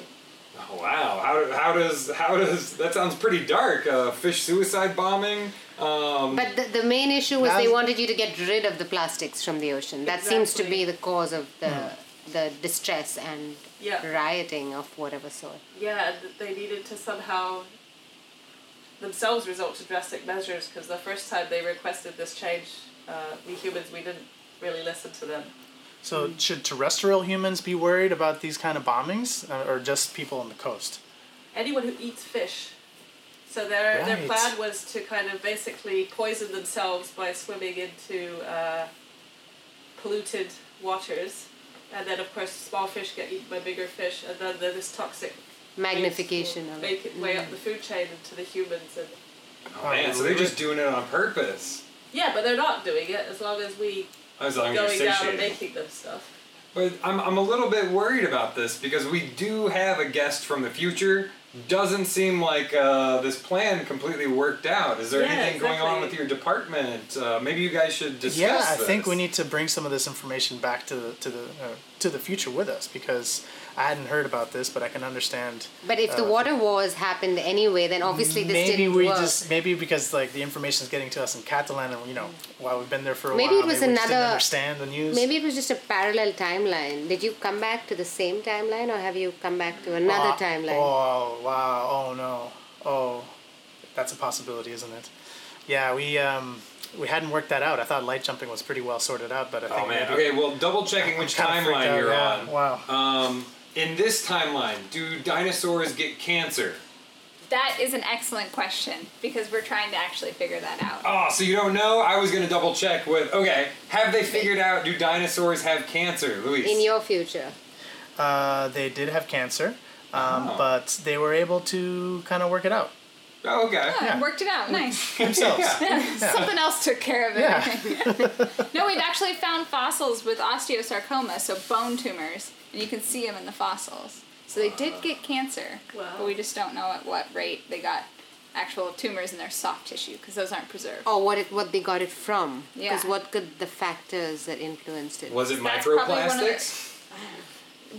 [SPEAKER 1] Oh, wow. How, how does how does that sounds pretty dark? Uh, fish suicide bombing. Um,
[SPEAKER 2] But the, the main issue was they
[SPEAKER 4] Now-
[SPEAKER 2] wanted you to get rid of the plastics from the ocean. That seems to be
[SPEAKER 6] Exactly.
[SPEAKER 2] the cause of the
[SPEAKER 4] Hmm.
[SPEAKER 2] the distress and
[SPEAKER 6] Yeah.
[SPEAKER 2] rioting of whatever sort.
[SPEAKER 6] Yeah, and they needed to somehow themselves resort to drastic measures because the first time they requested this change, uh, we humans, we didn't really listen to them.
[SPEAKER 4] So
[SPEAKER 1] Mm.
[SPEAKER 4] should terrestrial humans be worried about these kind of bombings, uh, or just people on the coast?
[SPEAKER 6] Anyone who eats fish. So their,
[SPEAKER 4] Right.
[SPEAKER 6] their plan was to kind of basically poison themselves by swimming into uh, polluted waters. And then, of course, small fish get eaten by bigger fish, and then there's this toxic
[SPEAKER 2] Magnification
[SPEAKER 6] waste
[SPEAKER 2] of
[SPEAKER 6] will make
[SPEAKER 2] it. Mm.
[SPEAKER 6] its way up the food chain into the humans and
[SPEAKER 1] oh man, so they're just doing it on purpose.
[SPEAKER 6] Yeah, but they're not doing it as long as we
[SPEAKER 1] As long as you're
[SPEAKER 6] going down and
[SPEAKER 1] satiated.
[SPEAKER 6] making them stuff.
[SPEAKER 1] But I'm, I'm a little bit worried about this because we do have a guest from the future. Doesn't seem like uh, this plan completely worked out. Is there
[SPEAKER 6] Yeah,
[SPEAKER 1] anything going on
[SPEAKER 6] exactly.
[SPEAKER 1] with your department? Uh, maybe you guys should discuss.
[SPEAKER 4] yeah, I think
[SPEAKER 1] this.
[SPEAKER 4] we need to bring some of this information back to the to the uh, to the future with us because I hadn't heard about this, but I can understand.
[SPEAKER 2] But if the
[SPEAKER 4] uh,
[SPEAKER 2] water wars happened anyway, then obviously this
[SPEAKER 4] maybe
[SPEAKER 2] didn't
[SPEAKER 4] we
[SPEAKER 2] work.
[SPEAKER 4] just maybe because like the information is getting to us in Catalan, and you know while we've been there for a
[SPEAKER 2] Maybe
[SPEAKER 4] while,
[SPEAKER 2] it was
[SPEAKER 4] maybe we just didn't
[SPEAKER 2] another-
[SPEAKER 4] understand the news.
[SPEAKER 2] Maybe it was just a parallel timeline. Did you come back to the same timeline, or have you come back to another
[SPEAKER 1] Uh,
[SPEAKER 4] Ah,
[SPEAKER 2] timeline?
[SPEAKER 4] Oh wow! Oh no! Oh, that's a possibility, isn't it? Yeah, we um we hadn't worked that out. I thought light jumping was pretty well sorted out, but I think
[SPEAKER 1] Oh man.
[SPEAKER 4] maybe-
[SPEAKER 1] Okay. Well, double checking which
[SPEAKER 4] kinda freaked
[SPEAKER 1] timeline
[SPEAKER 4] out,
[SPEAKER 1] you're
[SPEAKER 4] yeah.
[SPEAKER 1] on.
[SPEAKER 4] Wow.
[SPEAKER 1] Um, in this timeline, do dinosaurs get cancer?
[SPEAKER 3] That is an excellent question because we're trying to actually figure that out.
[SPEAKER 1] Oh, so you don't know? I was gonna double check with. Okay, have they figured out? Do dinosaurs have cancer, Luis?
[SPEAKER 2] In your future,
[SPEAKER 4] Uh, they did have cancer, um,
[SPEAKER 1] Oh.
[SPEAKER 4] but they were able to kind of work it out
[SPEAKER 1] oh, okay.
[SPEAKER 3] Oh,
[SPEAKER 4] yeah.
[SPEAKER 3] Worked it out.
[SPEAKER 4] (laughs)
[SPEAKER 3] Nice. (laughs)
[SPEAKER 4] themselves.
[SPEAKER 3] Something else took care of it.
[SPEAKER 4] Yeah.
[SPEAKER 3] No, we've actually found fossils with osteosarcoma, so bone tumors, and you can see them in the fossils. So they did get cancer,
[SPEAKER 6] Wow.
[SPEAKER 3] but we just don't know at what rate they got actual tumors in their soft tissue because those aren't preserved.
[SPEAKER 1] Oh.
[SPEAKER 2] or what it, what they got it from? Because
[SPEAKER 3] Yeah.
[SPEAKER 2] what could the factors that influenced it?
[SPEAKER 1] Was it
[SPEAKER 3] That's probably one of the-
[SPEAKER 1] microplastics?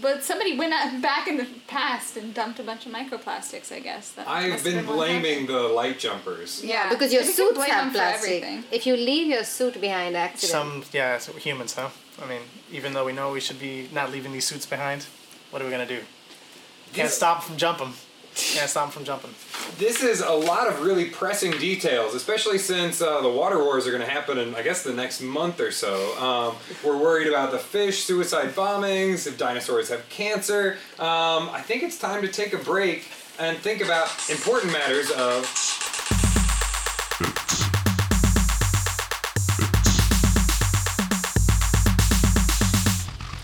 [SPEAKER 3] But somebody went out (laughs) back in the past and dumped a bunch of microplastics. I guess. That
[SPEAKER 1] I've
[SPEAKER 3] must
[SPEAKER 1] been
[SPEAKER 3] have what
[SPEAKER 1] blaming
[SPEAKER 3] happened.
[SPEAKER 1] the light jumpers.
[SPEAKER 2] yeah, because your
[SPEAKER 3] we can
[SPEAKER 2] suits
[SPEAKER 3] blame
[SPEAKER 2] have
[SPEAKER 3] them for
[SPEAKER 2] plastic.
[SPEAKER 3] everything.
[SPEAKER 2] If you leave your suit behind, accident.
[SPEAKER 4] Some yeah, so humans, huh? I mean, even though we know we should be not leaving these suits behind, what are we gonna do? Can't
[SPEAKER 1] These-
[SPEAKER 4] stop 'em from jumping. Can't stop 'em from jumping.
[SPEAKER 1] This is a lot of really pressing details, especially since uh, the water wars are going to happen in, I guess, the next month or so. Um, we're worried about the fish, suicide bombings, if dinosaurs have cancer. Um, I think it's time to take a break and think about important matters of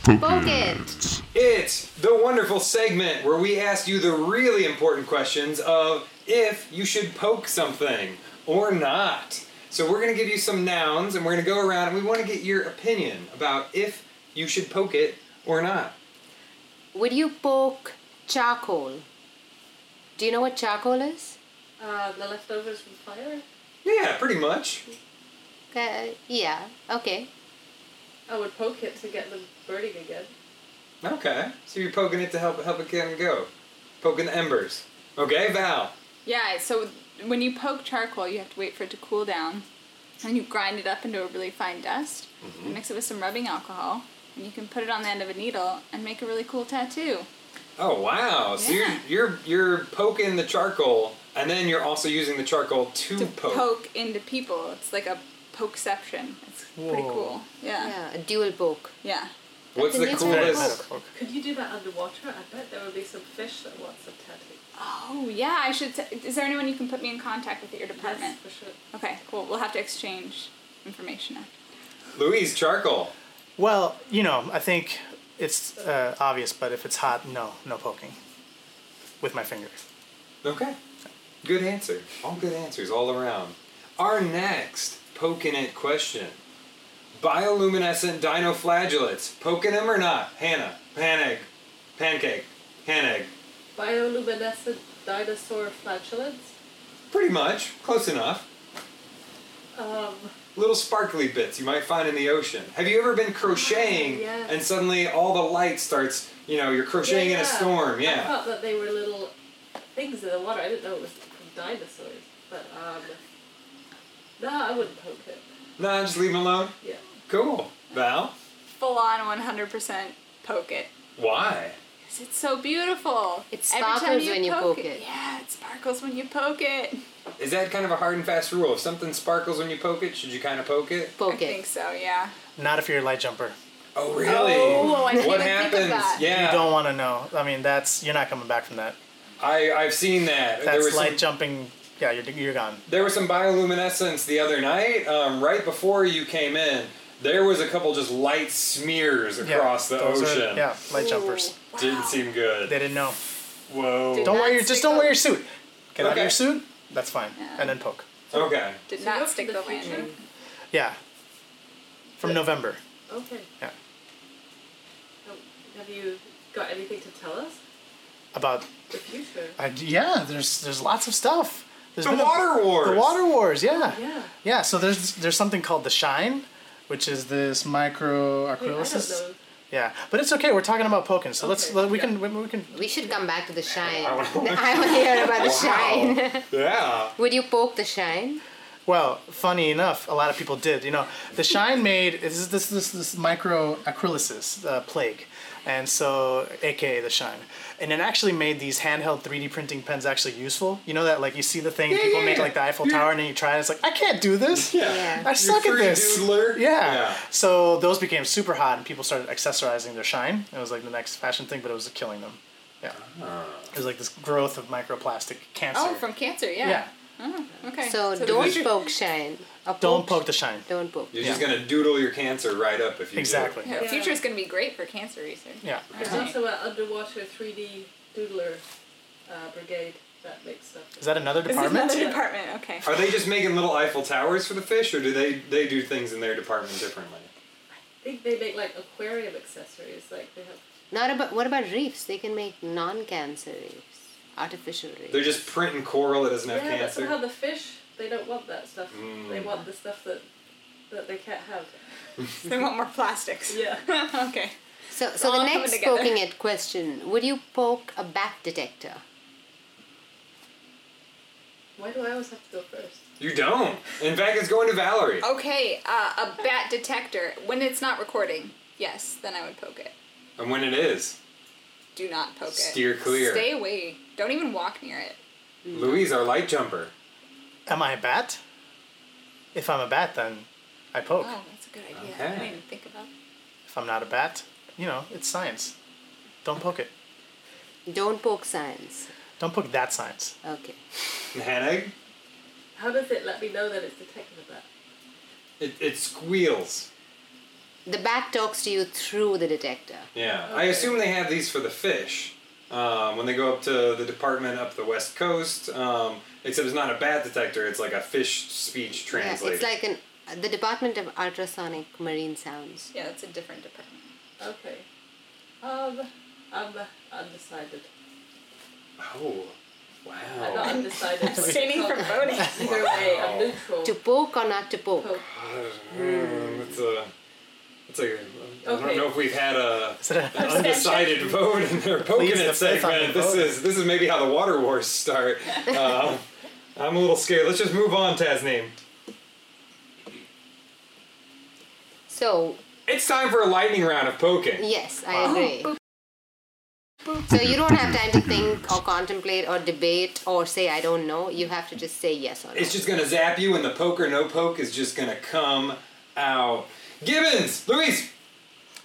[SPEAKER 2] Poke it.
[SPEAKER 1] It's the wonderful segment where we ask you the really important questions of if you should poke something or not. So we're going to give you some nouns and we're going to go around and we want to get your opinion about if you should poke it or not.
[SPEAKER 2] Would you poke charcoal? Do you know what charcoal is?
[SPEAKER 6] Uh, the leftovers from fire?
[SPEAKER 1] Yeah, pretty much.
[SPEAKER 2] Uh, yeah. Okay.
[SPEAKER 6] I would poke it to get them burning again.
[SPEAKER 1] Okay. So you're poking it to help help it get go. Poking the embers. Okay, Val.
[SPEAKER 3] Yeah. So when you poke charcoal, you have to wait for it to cool down, and you grind it up into a really fine dust. You mix it with some rubbing alcohol, and you can put it on the end of a needle and make a really cool tattoo.
[SPEAKER 1] Oh wow. So
[SPEAKER 3] Yeah.
[SPEAKER 1] you're you're you're poking the charcoal and then you're also using the charcoal to,
[SPEAKER 3] to poke. into people. It's like a pokeception. It's pretty
[SPEAKER 4] Whoa.
[SPEAKER 3] cool. Yeah.
[SPEAKER 2] Yeah, a dual poke.
[SPEAKER 3] Yeah.
[SPEAKER 1] What's
[SPEAKER 2] That's
[SPEAKER 1] the
[SPEAKER 2] a nature
[SPEAKER 4] That
[SPEAKER 2] Well,
[SPEAKER 4] is
[SPEAKER 1] coolest
[SPEAKER 4] not a poke.
[SPEAKER 6] Could you do that underwater? I bet there would be some fish that want some tattoo.
[SPEAKER 3] Oh yeah, I should. T- is there anyone you can put me in contact with at your department?
[SPEAKER 6] Yes, for sure.
[SPEAKER 3] Okay, cool. We'll have to exchange information. after.
[SPEAKER 1] Louise charcoal?
[SPEAKER 4] Well, you know, I think it's uh, obvious, but if it's hot, no, no poking with my finger.
[SPEAKER 1] Okay. Good answer. All good answers all around. Our next poking it question. Bioluminescent dinoflagellates. Poking them or not? Hannah. Panic. Pancake. Hannah.
[SPEAKER 5] Bioluminescent dinosaur flatulence.
[SPEAKER 1] Pretty much. Close enough.
[SPEAKER 5] Um,
[SPEAKER 1] Little sparkly bits you might find in the ocean. Have you ever been crocheting
[SPEAKER 5] yes.
[SPEAKER 1] and suddenly all the light starts, you know, you're crocheting in a storm?
[SPEAKER 5] I
[SPEAKER 1] Yeah.
[SPEAKER 6] Uh-huh.
[SPEAKER 5] thought that they were little things in the water. I didn't know it was from dinosaurs. But um, no, I wouldn't poke it.
[SPEAKER 1] Nah, just leave them alone.
[SPEAKER 5] Yeah.
[SPEAKER 1] Cool. Val?
[SPEAKER 3] Full on 100% poke it.
[SPEAKER 1] Why?
[SPEAKER 3] 'Cause It's so beautiful.
[SPEAKER 2] It
[SPEAKER 3] Every time
[SPEAKER 2] sparkles when you poke it.
[SPEAKER 3] Yeah, it sparkles when you poke it.
[SPEAKER 1] Is that kind of a hard and fast rule? If something sparkles when you poke it, should you kind of poke it?
[SPEAKER 2] Poke
[SPEAKER 3] I
[SPEAKER 2] it.
[SPEAKER 3] think so, yeah.
[SPEAKER 4] Not if you're a light jumper.
[SPEAKER 1] Oh, really?
[SPEAKER 3] Oh, I didn't
[SPEAKER 1] what
[SPEAKER 3] even think of
[SPEAKER 1] happens?
[SPEAKER 3] that.
[SPEAKER 1] Yeah,
[SPEAKER 4] You don't want to know. I mean, that's you're not coming back from that.
[SPEAKER 1] I I've seen that. there
[SPEAKER 4] That's
[SPEAKER 1] was
[SPEAKER 4] light
[SPEAKER 1] some,
[SPEAKER 4] jumping. Yeah, you're you're gone.
[SPEAKER 1] there was some bioluminescence the other night, um, right before you came in. There was a couple just light smears
[SPEAKER 4] Yeah,
[SPEAKER 1] across the
[SPEAKER 4] those are-
[SPEAKER 1] ocean.
[SPEAKER 4] yeah, light jumpers.
[SPEAKER 3] Ooh,
[SPEAKER 1] Didn't
[SPEAKER 3] wow.
[SPEAKER 1] seem good.
[SPEAKER 4] They didn't know.
[SPEAKER 1] Whoa.
[SPEAKER 3] Did
[SPEAKER 4] Don't wear
[SPEAKER 3] not
[SPEAKER 4] your just
[SPEAKER 3] stick
[SPEAKER 4] don't wear
[SPEAKER 3] the-
[SPEAKER 4] your suit. Get out of
[SPEAKER 1] Okay.
[SPEAKER 4] your suit. That's fine. And then poke.
[SPEAKER 1] okay.
[SPEAKER 3] Did
[SPEAKER 5] So
[SPEAKER 3] not
[SPEAKER 5] that's
[SPEAKER 3] stick
[SPEAKER 5] the
[SPEAKER 3] the
[SPEAKER 5] future?
[SPEAKER 3] landing.
[SPEAKER 4] Yeah. From
[SPEAKER 5] Yeah.
[SPEAKER 4] November.
[SPEAKER 5] Okay.
[SPEAKER 4] Yeah.
[SPEAKER 6] Oh,
[SPEAKER 5] Um, Have you got anything to tell us?
[SPEAKER 4] About
[SPEAKER 5] The future.
[SPEAKER 4] I, yeah, there's there's lots of stuff. There's
[SPEAKER 1] The
[SPEAKER 4] been a-
[SPEAKER 1] water wars.
[SPEAKER 4] The water wars, yeah.
[SPEAKER 5] Yeah.
[SPEAKER 4] Yeah, so there's there's something called the shine, which is this micro
[SPEAKER 5] Wait, I don't
[SPEAKER 4] acrylysis.
[SPEAKER 5] know.
[SPEAKER 4] Yeah, but it's okay. We're talking about poking, so let's
[SPEAKER 5] Okay,
[SPEAKER 4] let, we
[SPEAKER 5] yeah.
[SPEAKER 4] can we, we can.
[SPEAKER 2] We should come back to the shine.
[SPEAKER 1] I wanna-
[SPEAKER 2] (laughs) I want to hear about the shine.
[SPEAKER 1] Wow. yeah.
[SPEAKER 2] Would you poke the shine?
[SPEAKER 4] Well, funny enough, a lot of people did. You know, the shine made this is this this this micro acrylysis uh, plague, and so AKA the shine, and it actually made these handheld 3D printing pens actually useful. You know that like you see the thing people
[SPEAKER 1] yeah,
[SPEAKER 4] make
[SPEAKER 1] yeah.
[SPEAKER 4] like the Eiffel Tower, and then you try it, it's like I can't do this.
[SPEAKER 1] Yeah.
[SPEAKER 2] Yeah.
[SPEAKER 4] I
[SPEAKER 2] You're
[SPEAKER 4] suck at
[SPEAKER 1] free
[SPEAKER 4] this.
[SPEAKER 1] doodler.
[SPEAKER 4] Yeah.
[SPEAKER 1] Yeah.
[SPEAKER 4] So those became super hot, and people started accessorizing their shine. It was like the next fashion thing, but it was killing them. Yeah. It was like this growth of microplastic cancer.
[SPEAKER 3] Oh, from cancer, yeah.
[SPEAKER 4] yeah.
[SPEAKER 3] Okay.
[SPEAKER 2] So
[SPEAKER 3] the
[SPEAKER 2] don't
[SPEAKER 3] future-
[SPEAKER 2] poke shine. Or
[SPEAKER 4] Don't poke the shine.
[SPEAKER 2] Don't poke.
[SPEAKER 1] You're just
[SPEAKER 4] Yeah.
[SPEAKER 1] gonna doodle your cancer right up if you do.
[SPEAKER 4] Exactly.
[SPEAKER 3] Yeah,
[SPEAKER 5] Yeah.
[SPEAKER 3] future is going to be great for cancer research.
[SPEAKER 4] Yeah.
[SPEAKER 5] There's also an underwater 3D doodler uh, brigade that makes stuff.
[SPEAKER 4] Is that another department?
[SPEAKER 3] Another department, okay.
[SPEAKER 1] Are they just making little Eiffel Towers for the fish, or do they they do things in their department differently?
[SPEAKER 5] I think they make like aquarium accessories. Like they have.
[SPEAKER 2] Not about what about reefs? They can make non-cancer reefs, artificial reefs.
[SPEAKER 1] They're just printing coral that doesn't have
[SPEAKER 5] yeah, but
[SPEAKER 1] cancer.
[SPEAKER 5] somehow the fish they don't want that stuff. They
[SPEAKER 4] Mm.
[SPEAKER 5] want the stuff that that they can't have.
[SPEAKER 3] They want more plastics. (laughs)
[SPEAKER 5] Yeah.
[SPEAKER 3] okay.
[SPEAKER 2] So, so
[SPEAKER 3] all
[SPEAKER 2] the
[SPEAKER 3] coming
[SPEAKER 2] next
[SPEAKER 3] together.
[SPEAKER 2] poking it question: Would you poke a bat detector?
[SPEAKER 5] Why do I always have to go first?
[SPEAKER 1] You don't. In fact, it's going to Valerie.
[SPEAKER 5] Oh.
[SPEAKER 3] Okay, uh, a bat detector. When it's not recording, yes, then I would poke it.
[SPEAKER 1] And when it is,
[SPEAKER 3] Do not poke
[SPEAKER 1] Steer
[SPEAKER 3] it.
[SPEAKER 1] clear.
[SPEAKER 3] Stay away. Don't even walk near it.
[SPEAKER 1] Louise, our light jumper.
[SPEAKER 4] Am I a bat? If I'm a bat, then I poke.
[SPEAKER 3] Oh, that's a good idea. I
[SPEAKER 1] Okay.
[SPEAKER 3] didn't even think about
[SPEAKER 4] If I'm not a bat, you know, it's science. Don't poke it.
[SPEAKER 2] Don't poke science.
[SPEAKER 4] Don't poke that science. (laughs)
[SPEAKER 2] Okay.
[SPEAKER 1] Hanag,
[SPEAKER 5] How does it let me know that it's detected of that?
[SPEAKER 1] it, it squeals.
[SPEAKER 2] The bat talks to you through the detector.
[SPEAKER 1] Yeah. I assume they have these for the fish um, when they go up to the department up the west coast. Um, except it's not a bat detector; it's like a fish speech
[SPEAKER 2] Yeah,
[SPEAKER 1] translator.
[SPEAKER 2] it's like an the Department of Ultrasonic Marine Sounds.
[SPEAKER 3] Yeah, that's a different department.
[SPEAKER 5] Okay. Um, I'm undecided.
[SPEAKER 1] oh,
[SPEAKER 5] I'm
[SPEAKER 4] Oh.
[SPEAKER 5] not
[SPEAKER 1] wow.
[SPEAKER 5] undecided.
[SPEAKER 4] (laughs)
[SPEAKER 3] Abstaining from voting.
[SPEAKER 5] Either way, I'm neutral.
[SPEAKER 2] To poke or not to poke.
[SPEAKER 5] Poke.
[SPEAKER 1] Um, It's a. It's a. I don't
[SPEAKER 5] Okay.
[SPEAKER 1] know if we've had a.
[SPEAKER 4] Is it a-
[SPEAKER 1] undecided vote in their poking
[SPEAKER 4] Please, the
[SPEAKER 1] it
[SPEAKER 4] fifth on
[SPEAKER 1] segment.
[SPEAKER 4] the
[SPEAKER 1] This
[SPEAKER 4] vote.
[SPEAKER 1] is this is maybe how the water wars start. Um, I'm a little scared. Let's just move on, Tasneem.
[SPEAKER 2] So
[SPEAKER 1] It's time for a lightning round of poking.
[SPEAKER 2] yes, I
[SPEAKER 1] Oh,
[SPEAKER 2] agree. So you don't have time to think or contemplate or debate or say I don't know. You have to just say yes or no.
[SPEAKER 1] It's just gonna zap you, and the poke or no poke is just gonna come out. Gibbons, Luis,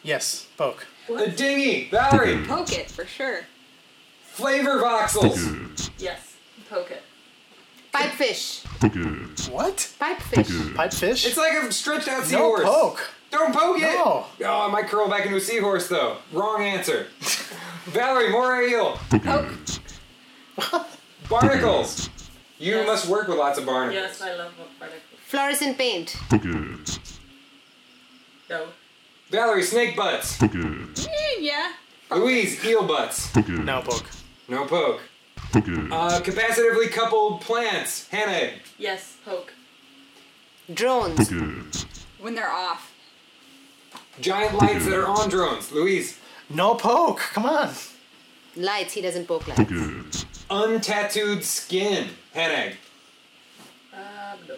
[SPEAKER 4] yes, poke.
[SPEAKER 1] the dinghy, Valerie,
[SPEAKER 3] Poke it for sure.
[SPEAKER 1] flavor voxels.
[SPEAKER 5] Yes. Poke it.
[SPEAKER 2] Pipefish.
[SPEAKER 4] What?
[SPEAKER 2] Pipefish.
[SPEAKER 4] Pipe fish?
[SPEAKER 1] It's like a stretched out
[SPEAKER 4] no
[SPEAKER 1] seahorse.
[SPEAKER 4] poke.
[SPEAKER 1] Don't poke it!
[SPEAKER 4] No.
[SPEAKER 1] Oh, I might curl back into a seahorse though. Wrong answer. (laughs) Valerie, more eel. Barnacles. You
[SPEAKER 5] Yes.
[SPEAKER 1] must work with lots of barnacles.
[SPEAKER 5] Yes, I love what particles.
[SPEAKER 2] Fluorescent paint.
[SPEAKER 5] No.
[SPEAKER 1] Valerie, snake butts.
[SPEAKER 3] Eh, yeah.
[SPEAKER 1] Louise, eel butts.
[SPEAKER 4] No poke.
[SPEAKER 1] No poke. Uh, capacitively coupled plants. Hannah.
[SPEAKER 5] Yes, poke.
[SPEAKER 2] Drones.
[SPEAKER 3] When they're off.
[SPEAKER 1] Giant lights that are on drones. Louise.
[SPEAKER 4] No poke. Come on.
[SPEAKER 2] Lights. He doesn't poke lights.
[SPEAKER 1] Untattooed skin. Hannah.
[SPEAKER 5] Um, no.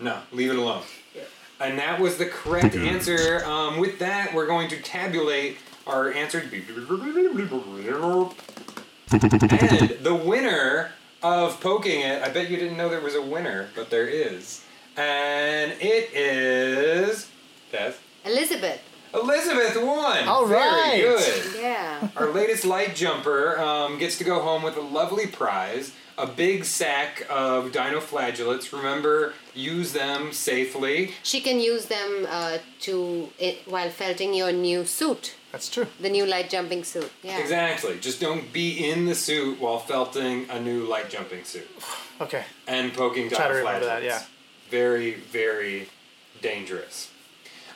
[SPEAKER 1] No, leave it alone.
[SPEAKER 5] Yeah.
[SPEAKER 1] And that was the correct answer. Um, with that, we're going to tabulate our answer. And the winner of poking it, I bet you didn't know there was a winner, but there is. And it is. Yes.
[SPEAKER 2] Elizabeth.
[SPEAKER 1] Elizabeth won!
[SPEAKER 4] All right.
[SPEAKER 1] Very good.
[SPEAKER 2] Yeah.
[SPEAKER 1] Our latest light jumper um, gets to go home with a lovely prize a big sack of dinoflagellates. Remember, use them safely.
[SPEAKER 2] She can use them uh, to it, while felting your new suit,
[SPEAKER 4] That's true.
[SPEAKER 2] the new light jumping suit. Yeah.
[SPEAKER 1] Exactly. Just don't be in the suit while felting a new light jumping suit
[SPEAKER 4] Okay.
[SPEAKER 1] and poking
[SPEAKER 4] Try to
[SPEAKER 1] dinoflagellates.
[SPEAKER 4] remember that, yeah.
[SPEAKER 1] Very, very dangerous.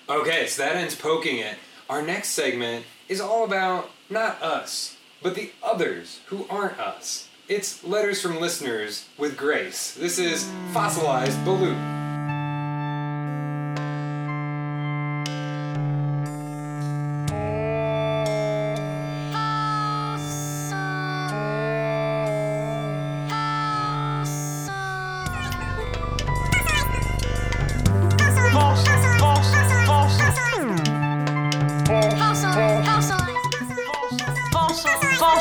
[SPEAKER 1] Okay, so that ends poking it. Our next segment is all about not us, but the others who aren't us. It's letters from listeners with grace. This is fossilized Baloo.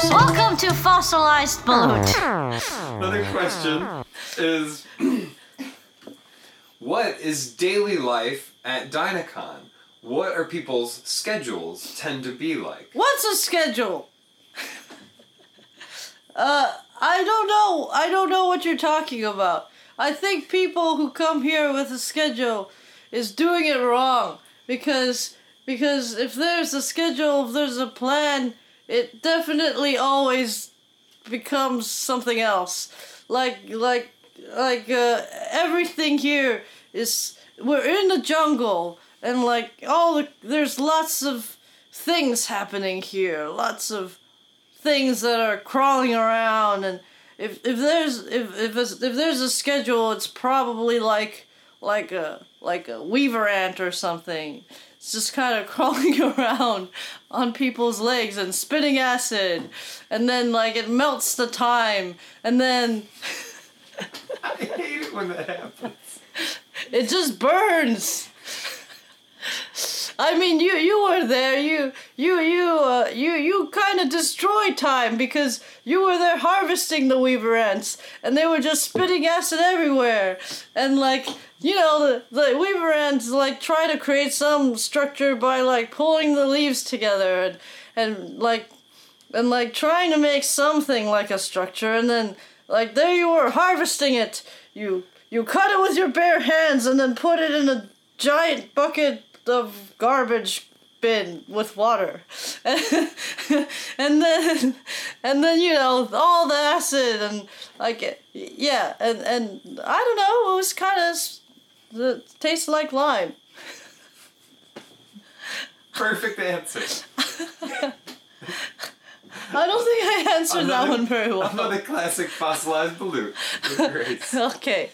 [SPEAKER 7] Welcome to Fossilized Balloon.
[SPEAKER 8] Another question is
[SPEAKER 1] (clears throat) What is daily life at Dynacon? What are people's schedules tend to be like?
[SPEAKER 6] What's a schedule? uh, I don't know. I don't know what you're talking about. I think people who come here with a schedule is doing it wrong because because if there's a schedule, if there's a plan, it definitely always becomes something else. Like like like uh, everything here is we're in the jungle and like all the there's lots of things happening here. Lots of things that are crawling around and if if there's if if it's, if there's a schedule, it's probably like like a like a weaver ant or something. It's just kind of (laughs) crawling around on people's legs and spitting acid, and then like it melts the time, and then
[SPEAKER 1] (laughs) I hate it when that happens.
[SPEAKER 6] (laughs) It just burns. I mean, you you were there. You you you uh, you you kind of destroyed time because you were there harvesting the weaver ants, and they were just spitting acid everywhere. And like you know, the, the weaver ants like try to create some structure by like pulling the leaves together and and like and like trying to make something like a structure and then like there you were harvesting it you you cut it with your bare hands and then put it in a giant bucket of garbage bin with water (laughs) and then and then you know all the acid and like yeah and and i don't know it was kind of it tasted like lime (laughs)
[SPEAKER 8] perfect answer.
[SPEAKER 6] i don't think i answered that
[SPEAKER 8] Another-
[SPEAKER 6] one very well
[SPEAKER 8] Another classic fossilized Balut. With
[SPEAKER 6] (laughs)
[SPEAKER 8] grace.
[SPEAKER 6] okay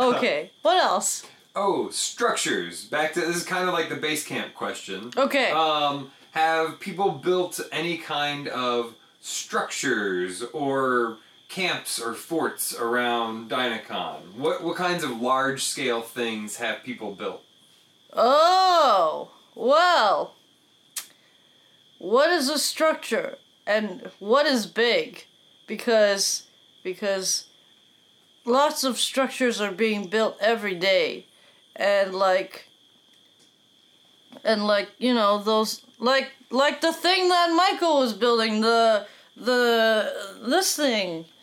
[SPEAKER 6] okay what else
[SPEAKER 1] Oh, structures. Back to this is kind of like the base camp question.
[SPEAKER 6] okay
[SPEAKER 1] Um, have people built any kind of structures or camps or forts around Dynacon? What what kinds of large scale things have people built?
[SPEAKER 6] Oh, well. What is a structure and what is big? Because because lots of structures are being built every day and like and like, you know, those like like the thing that Michael was building, the the this thing. (laughs)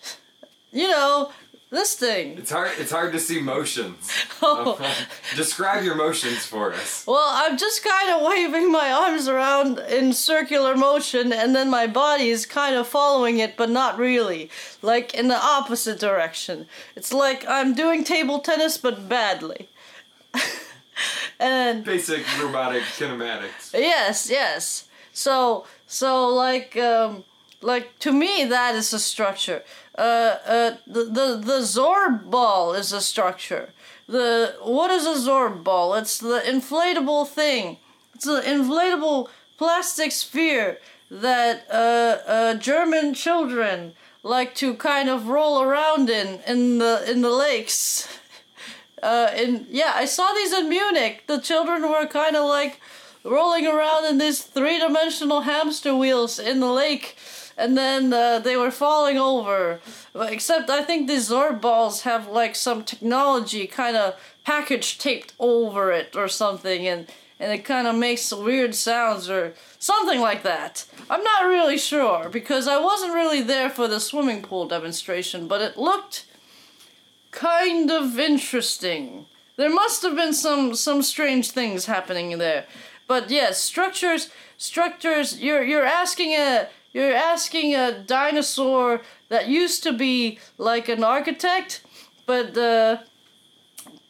[SPEAKER 6] You know, this thing.
[SPEAKER 8] It's hard. It's hard to see motions.
[SPEAKER 6] (laughs)
[SPEAKER 1] (laughs)
[SPEAKER 6] Oh.
[SPEAKER 8] Describe your motions for us.
[SPEAKER 6] Well, I'm just kind of waving my arms around in circular motion, and then my body is kind of following it, but not really. Like in the opposite direction. It's like I'm doing table tennis, but badly. (laughs) and
[SPEAKER 8] Basic robotic kinematics.
[SPEAKER 6] yes, yes. So, so like, um, like to me, that is a structure. Uh, uh, the the the Zorb ball is a structure. The what is a Zorb ball? It's the inflatable thing. It's an inflatable plastic sphere that uh, uh, German children like to kind of roll around in in the in the lakes. (laughs) Uh, in yeah, I saw these in Munich. The children were kind of like rolling around in these three-dimensional hamster wheels in the lake, and then uh, they were falling over. Well, Except I think these Zorb balls have like some technology kind of package taped over it or something, and and it kind of makes weird sounds or something like that. I'm not really sure because I wasn't really there for the swimming pool demonstration, but it looked kind of interesting. There must have been some some strange things happening there. But yes, structures structures you're you're asking a you're asking a dinosaur that used to be like an architect, but uh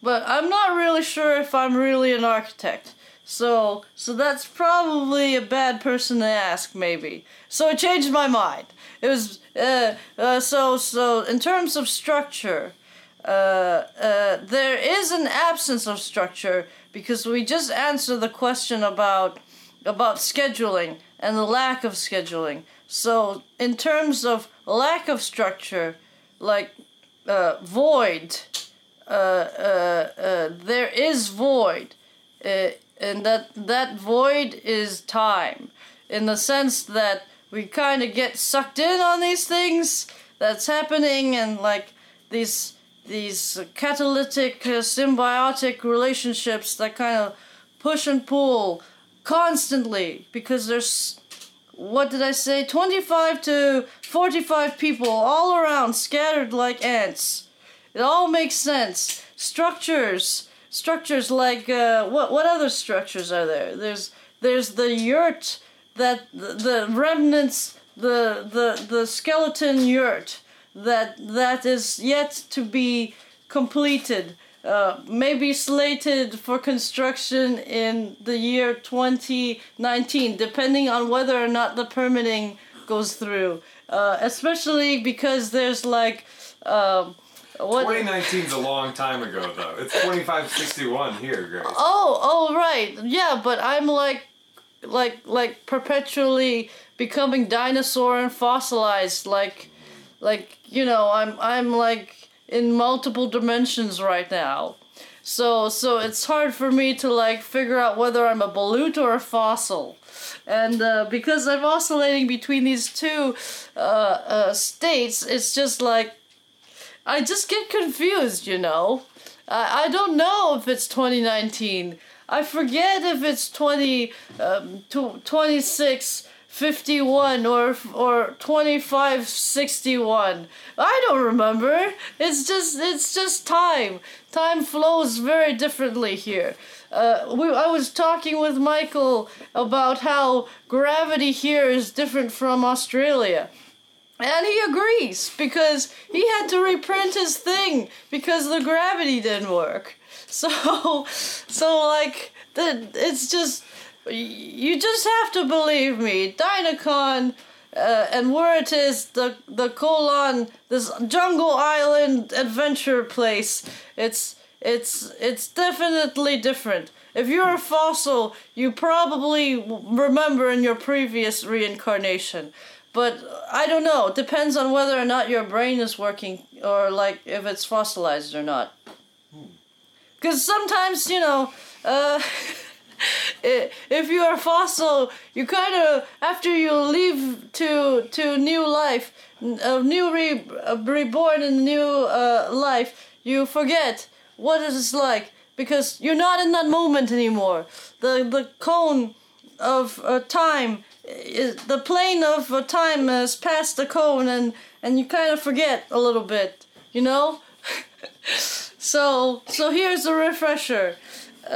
[SPEAKER 6] but I'm not really sure if I'm really an architect. So so that's probably a bad person to ask maybe. So it changed my mind. It was uh, uh so so in terms of structure, uh, uh, there is an absence of structure because we just answered the question about about scheduling and the lack of scheduling. So in terms of lack of structure, like uh, void, uh, uh, uh, there is void, uh, and that that void is time, in the sense that we kind of get sucked in on these things that's happening and like these these catalytic uh, symbiotic relationships that kind of push and pull constantly because there's what did I say 25 to 45 people all around scattered like ants it all makes sense structures structures like uh, what what other structures are there there's there's the yurt that the, the remnants the the the skeleton yurt that that is yet to be completed, uh, maybe slated for construction in the year 2019, depending on whether or not the permitting goes through. Uh, especially because there's like, um, what?
[SPEAKER 8] 2019 is a long time ago, though. It's 2561 here, Grace.
[SPEAKER 6] Oh, oh, right, yeah, but I'm like, like, like perpetually becoming dinosaur and fossilized, like. like you know i'm i'm like in multiple dimensions right now so so it's hard for me to like figure out whether i'm a balut or a fossil and uh, because i'm oscillating between these two uh, uh, states it's just like i just get confused you know I, I don't know if it's 2019 i forget if it's 20 um, tw- 26 51 or or 2561 i don't remember it's just it's just time time flows very differently here uh, we, i was talking with michael about how gravity here is different from australia and he agrees because he had to reprint his thing because the gravity didn't work (laughs) so so like the, it's just you just have to believe me. Dynacon uh, and where it is, the the colon, this jungle island adventure place. It's it's it's definitely different. If you're a fossil, you probably w- remember in your previous reincarnation. But I don't know. It depends on whether or not your brain is working or like if it's fossilized or not. Because sometimes, you know, uh, i- if you're a fossil, you kind of after you leave to to new life, n- a new re, uh, reborn in new uh, life, you forget what it is like because you're not in that moment anymore. The the cone of uh, time, is, the plane of uh, time is past the cone, and and you kind of forget a little bit, you know. (laughs) So, so here's a refresher.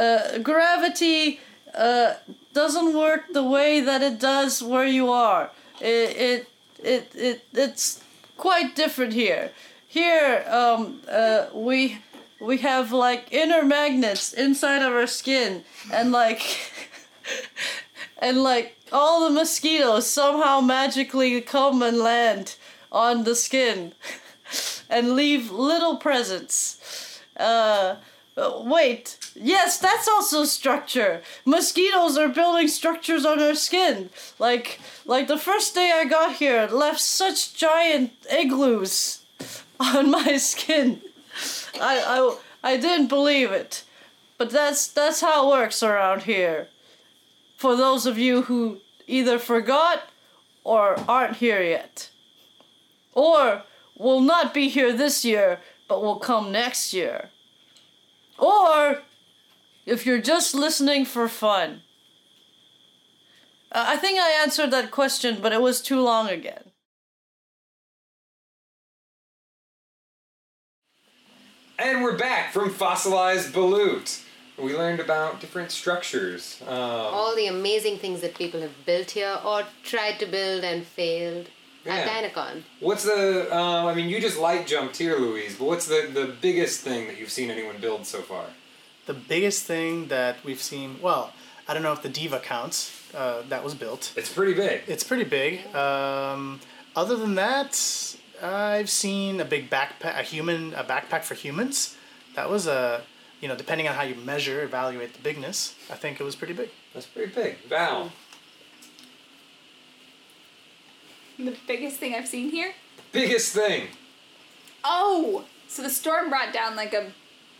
[SPEAKER 6] Uh, gravity uh, doesn't work the way that it does where you are. It, it, it, it it's quite different here. Here, um, uh, we, we have like inner magnets inside of our skin, and like, (laughs) and like all the mosquitoes somehow magically come and land on the skin, (laughs) and leave little presents. Uh, uh, wait. Yes, that's also structure. Mosquitoes are building structures on our skin. Like, like the first day I got here, it left such giant igloos (laughs) on my skin. I, I, I didn't believe it, but that's that's how it works around here. For those of you who either forgot or aren't here yet, or will not be here this year, but will come next year. Or if you're just listening for fun. Uh, I think I answered that question, but it was too long again.
[SPEAKER 1] And we're back from fossilized balut. We learned about different structures. Um,
[SPEAKER 2] all the amazing things that people have built here or tried to build and failed at
[SPEAKER 1] Yeah.
[SPEAKER 2] Dynacon.
[SPEAKER 1] What's the? Uh, I mean, you just light jumped here, Louise. But what's the the biggest thing that you've seen anyone build so far?
[SPEAKER 4] The biggest thing that we've seen, well, I don't know if the diva counts. Uh, that was built.
[SPEAKER 1] It's pretty big.
[SPEAKER 4] It's pretty big. Um, other than that, I've seen a big backpack, a human, a backpack for humans. That was a, you know, depending on how you measure, evaluate the bigness. I think it was pretty big.
[SPEAKER 1] That's pretty big. Val,
[SPEAKER 3] The biggest thing I've seen here.
[SPEAKER 1] biggest thing.
[SPEAKER 3] Oh, so the storm brought down like a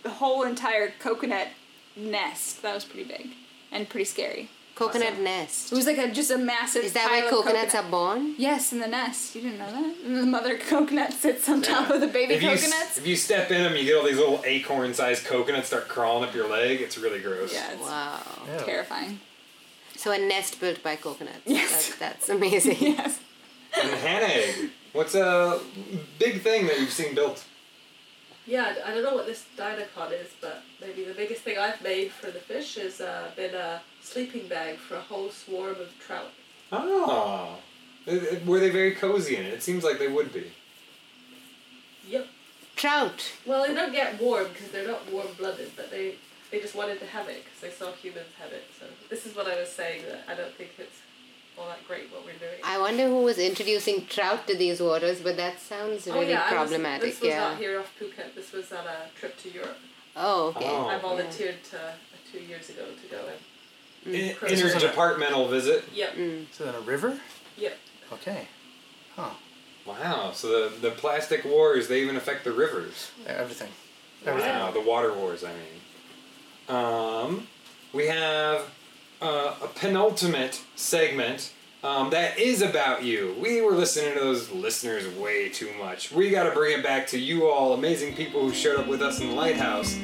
[SPEAKER 3] whole entire coconut nest. That was pretty big and pretty scary.
[SPEAKER 2] Coconut
[SPEAKER 3] It
[SPEAKER 2] nest.
[SPEAKER 3] was like a, just a massive.
[SPEAKER 2] Is that
[SPEAKER 3] pile
[SPEAKER 2] where
[SPEAKER 3] of
[SPEAKER 2] coconuts
[SPEAKER 3] coconut.
[SPEAKER 2] are born?
[SPEAKER 3] Yes, in the nest. You didn't know that. And the mother (laughs) coconut sits on top of the baby
[SPEAKER 1] If you, s-
[SPEAKER 3] coconuts.
[SPEAKER 1] if you step in them, you get all these little acorn-sized coconuts start crawling up your leg. It's really gross.
[SPEAKER 3] yeah, it's
[SPEAKER 2] Wow.
[SPEAKER 4] Yeah.
[SPEAKER 3] terrifying. (laughs)
[SPEAKER 2] So a nest built by coconuts.
[SPEAKER 3] Yes.
[SPEAKER 2] That, that's amazing.
[SPEAKER 5] (laughs)
[SPEAKER 3] Yes.
[SPEAKER 1] And Hannah, egg. what's a big thing that you've seen built?
[SPEAKER 5] Yeah, I don't know what this Dynacon is, but maybe the biggest thing I've made for the fish has uh, been a sleeping bag for a whole swarm of trout.
[SPEAKER 1] Oh, were they very cozy in it? It seems like they would be.
[SPEAKER 5] Yep.
[SPEAKER 2] Trout.
[SPEAKER 5] Well, they don't get warm because they're not warm-blooded, but they they just wanted to have it because they saw humans have it. So this is what I was saying that I don't think it's all that great what we're doing.
[SPEAKER 2] I wonder who was introducing trout to these waters, but that sounds really
[SPEAKER 5] Oh, I was-
[SPEAKER 2] problematic.
[SPEAKER 5] this was
[SPEAKER 2] yeah.
[SPEAKER 5] not here off Phuket. This was on a trip to Europe.
[SPEAKER 2] Oh, okay.
[SPEAKER 1] Oh.
[SPEAKER 5] I volunteered to two years ago to go and
[SPEAKER 1] I-
[SPEAKER 5] Crows.
[SPEAKER 1] Interdepartmental visit.
[SPEAKER 5] yep,
[SPEAKER 2] Mm.
[SPEAKER 4] Is it in a river?
[SPEAKER 5] yep.
[SPEAKER 4] Okay. Huh.
[SPEAKER 1] Wow. So the the plastic wars they even affect the rivers.
[SPEAKER 4] Everything. Everything.
[SPEAKER 1] Wow. The water wars. I mean. Um, we have uh, a penultimate segment. Um, that is about you. We were listening to those listeners way too much. We got to bring it back to you all, amazing people who showed up with us in the lighthouse.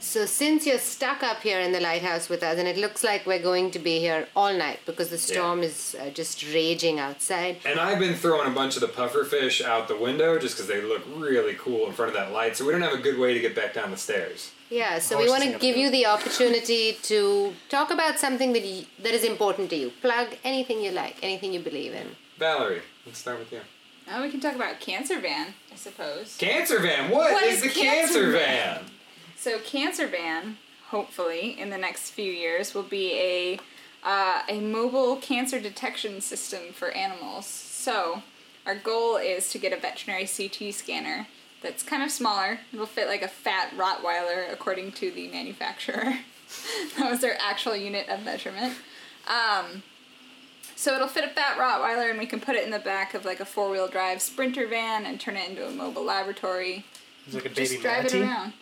[SPEAKER 2] So since you're stuck up here in the lighthouse with us, and it looks like we're going to be here all night because the storm is uh, just raging outside.
[SPEAKER 1] And I've been throwing a bunch of the puffer fish out the window just because they look really cool in front of that light. So we don't have a good way to get back down the stairs.
[SPEAKER 2] Yeah, so we
[SPEAKER 4] Horses
[SPEAKER 2] want
[SPEAKER 4] sing
[SPEAKER 2] to
[SPEAKER 4] up
[SPEAKER 2] give
[SPEAKER 4] there.
[SPEAKER 2] you the opportunity to talk about something that y- that is important to you. Plug anything you like, anything you believe in.
[SPEAKER 1] Valerie, let's start with you.
[SPEAKER 3] Now we can talk about Cancer Van, I suppose.
[SPEAKER 1] Cancer van. What,
[SPEAKER 3] What
[SPEAKER 1] is,
[SPEAKER 3] is
[SPEAKER 1] the
[SPEAKER 3] Cancer
[SPEAKER 1] cancer,
[SPEAKER 3] Van?
[SPEAKER 1] van?
[SPEAKER 3] So Cancer Van, hopefully in the next few years, will be a uh, a mobile cancer detection system for animals. So our goal is to get a veterinary CT scanner that's kind of smaller. It'll fit like a fat Rottweiler, according to the manufacturer. (laughs) that was their actual unit of measurement. Um, so it'll fit a fat Rottweiler, and we can put it in the back of like a four-wheel drive Sprinter van and turn it into a mobile laboratory
[SPEAKER 4] It's like a baby
[SPEAKER 3] just drive
[SPEAKER 4] manatee.
[SPEAKER 3] it around.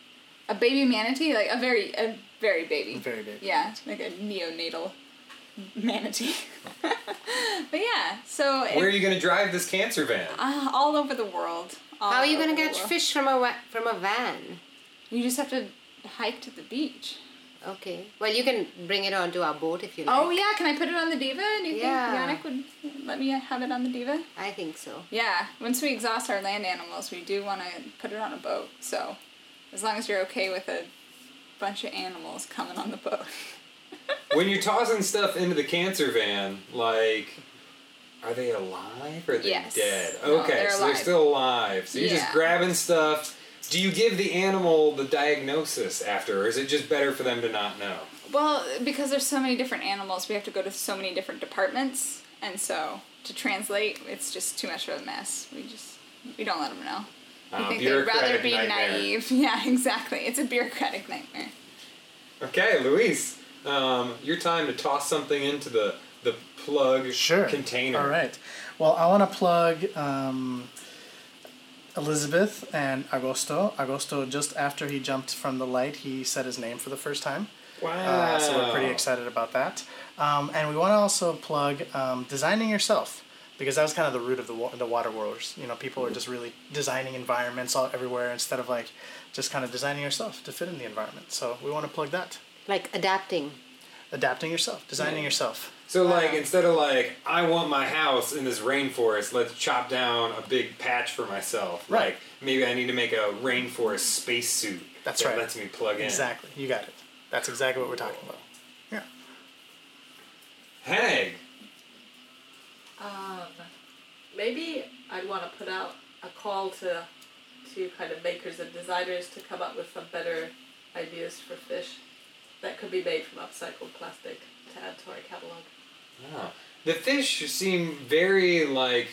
[SPEAKER 3] A baby manatee, like a very, a very baby.
[SPEAKER 4] Very baby.
[SPEAKER 3] Yeah, like a neonatal manatee. (laughs) but yeah, so it-
[SPEAKER 1] Where are you going to drive this cancer van?
[SPEAKER 3] uh, all over the world.
[SPEAKER 2] How are you going to
[SPEAKER 3] to
[SPEAKER 2] catch fish from a wa- from a van?
[SPEAKER 3] You just have to hike to the beach.
[SPEAKER 2] Okay. Well, you can bring it onto our boat if you like.
[SPEAKER 3] Oh yeah, can I put it on the diva? Do you
[SPEAKER 2] Yeah.
[SPEAKER 3] think Yannick would let me have it on the diva?
[SPEAKER 2] I think so.
[SPEAKER 3] Yeah. Once we exhaust our land animals, we do want to put it on a boat. So, as long as you're okay with a bunch of animals coming on the boat. (laughs)
[SPEAKER 1] when you're tossing stuff into the cancer van, like, are they alive or are they
[SPEAKER 3] Yes.
[SPEAKER 1] dead?
[SPEAKER 3] No,
[SPEAKER 1] Okay,
[SPEAKER 3] they're
[SPEAKER 1] so
[SPEAKER 3] alive.
[SPEAKER 1] they're still alive. So you're
[SPEAKER 3] Yeah.
[SPEAKER 1] just grabbing stuff. Do you give the animal the diagnosis after, or is it just better for them to not know?
[SPEAKER 3] Well, because there's so many different animals, we have to go to so many different departments, and so to translate, it's just too much of a mess. We just we don't let them know. We
[SPEAKER 1] Ah,
[SPEAKER 3] think they'd rather
[SPEAKER 1] bureaucratic
[SPEAKER 3] be
[SPEAKER 1] nightmare.
[SPEAKER 3] naive. (laughs) Yeah, exactly. It's a bureaucratic nightmare.
[SPEAKER 1] Okay, Luis, um, your time to toss something into the the plug
[SPEAKER 4] sure.
[SPEAKER 1] container.
[SPEAKER 4] All right. Well, I want to plug um, Elizabeth and Agosto. Agosto, just after he jumped from the light, he said his name for the first time.
[SPEAKER 1] Wow.
[SPEAKER 4] Uh, so we're
[SPEAKER 1] Oh.
[SPEAKER 4] pretty excited about that. Um, and we want to also plug um, designing yourself because that was kind of the root of the, wa- the water wars. You know, people are just really designing environments all everywhere instead of like just kind of designing yourself to fit in the environment. So we want to plug that.
[SPEAKER 2] Like adapting.
[SPEAKER 4] Adapting yourself, designing yourself.
[SPEAKER 1] So like instead of like I want my house in this rainforest, let's chop down a big patch for myself.
[SPEAKER 4] Right.
[SPEAKER 1] Like maybe I need to make a rainforest spacesuit.
[SPEAKER 4] That's
[SPEAKER 1] that
[SPEAKER 4] right.
[SPEAKER 1] Lets me plug in.
[SPEAKER 4] Exactly. You got it. That's exactly what we're talking about. Yeah.
[SPEAKER 1] Hey,
[SPEAKER 5] Um, maybe I'd want to put out a call to to kind of makers and designers to come up with some better ideas for fish that could be made from upcycled plastic to add to our catalog.
[SPEAKER 1] Wow. The fish seem very like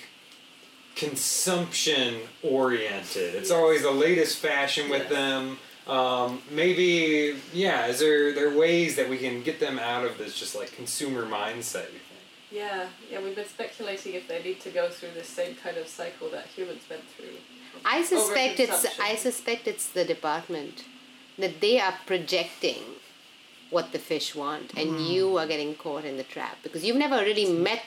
[SPEAKER 1] consumption oriented. It's always the latest fashion with
[SPEAKER 5] Yes.
[SPEAKER 1] them. Um, maybe yeah. Is there there ways that we can get them out of this just like consumer mindset? You think?
[SPEAKER 5] Yeah, yeah, we've been speculating if they need to go through the same kind of cycle that humans went through.
[SPEAKER 2] I suspect it's
[SPEAKER 5] Overconsumption.
[SPEAKER 2] I suspect it's the department that they are projecting what the fish want and
[SPEAKER 5] Hmm.
[SPEAKER 2] you are getting caught in the trap because you've never really met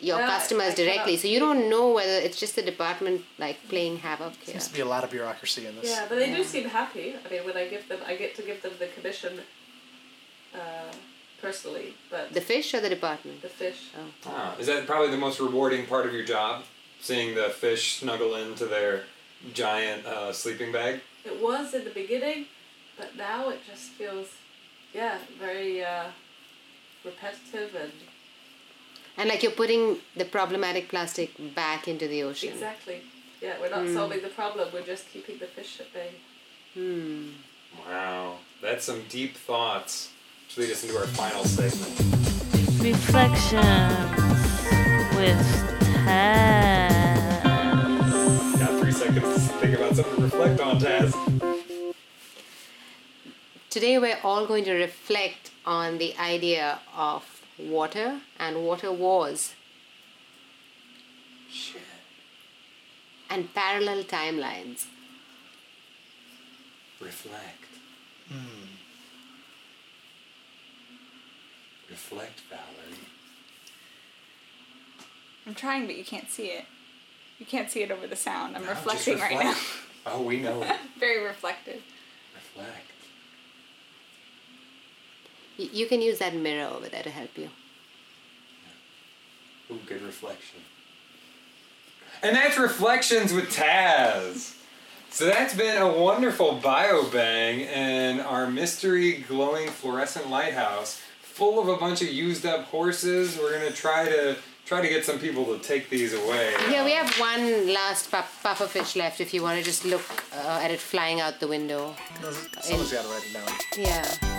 [SPEAKER 2] your
[SPEAKER 5] No, I- I
[SPEAKER 2] customers
[SPEAKER 5] cannot
[SPEAKER 2] directly so you
[SPEAKER 5] see.
[SPEAKER 2] don't know whether it's just the department like playing havoc here.
[SPEAKER 4] Seems to be a lot of bureaucracy in this.
[SPEAKER 5] Yeah, but they do seem happy. I mean, when I give them, I get to give them the commission uh, personally, but
[SPEAKER 2] The fish or the department?
[SPEAKER 5] the fish.
[SPEAKER 1] Wow. Is that probably the most rewarding part of your job? Seeing the fish snuggle into their giant uh, sleeping bag.
[SPEAKER 5] It was in the beginning, but now it just feels, yeah, very uh, repetitive and
[SPEAKER 2] And like you're putting the problematic plastic back into the ocean.
[SPEAKER 5] exactly. Yeah, we're not solving the problem. We're just keeping the fish at bay.
[SPEAKER 1] Wow. That's some deep thoughts. Which lead us into our final segment.
[SPEAKER 7] Reflections with Taz.
[SPEAKER 1] Got three seconds to think about something to reflect on, Taz.
[SPEAKER 2] Today, we're all going to reflect on the idea of water and water wars. And parallel timelines.
[SPEAKER 1] Reflect. Reflect, Valerie.
[SPEAKER 3] I'm trying, but you can't see it. You can't see it over the sound. I'm
[SPEAKER 1] No, just
[SPEAKER 3] reflecting right now.
[SPEAKER 1] reflect. (laughs) Oh, we know
[SPEAKER 3] (laughs)
[SPEAKER 1] it.
[SPEAKER 3] Very reflective.
[SPEAKER 1] reflect.
[SPEAKER 2] Y- You can use that mirror over there to help you.
[SPEAKER 1] Ooh, good reflection. And that's Reflections with Taz. So that's been a wonderful bio bang in our mystery glowing fluorescent lighthouse full of a bunch of used up horses. We're gonna try to try to get some people to take these away.
[SPEAKER 2] Yeah, we have one last puff- pufferfish left if you want to just look uh, at it flying out the window.
[SPEAKER 4] Someone's got to write it down.
[SPEAKER 2] Yeah.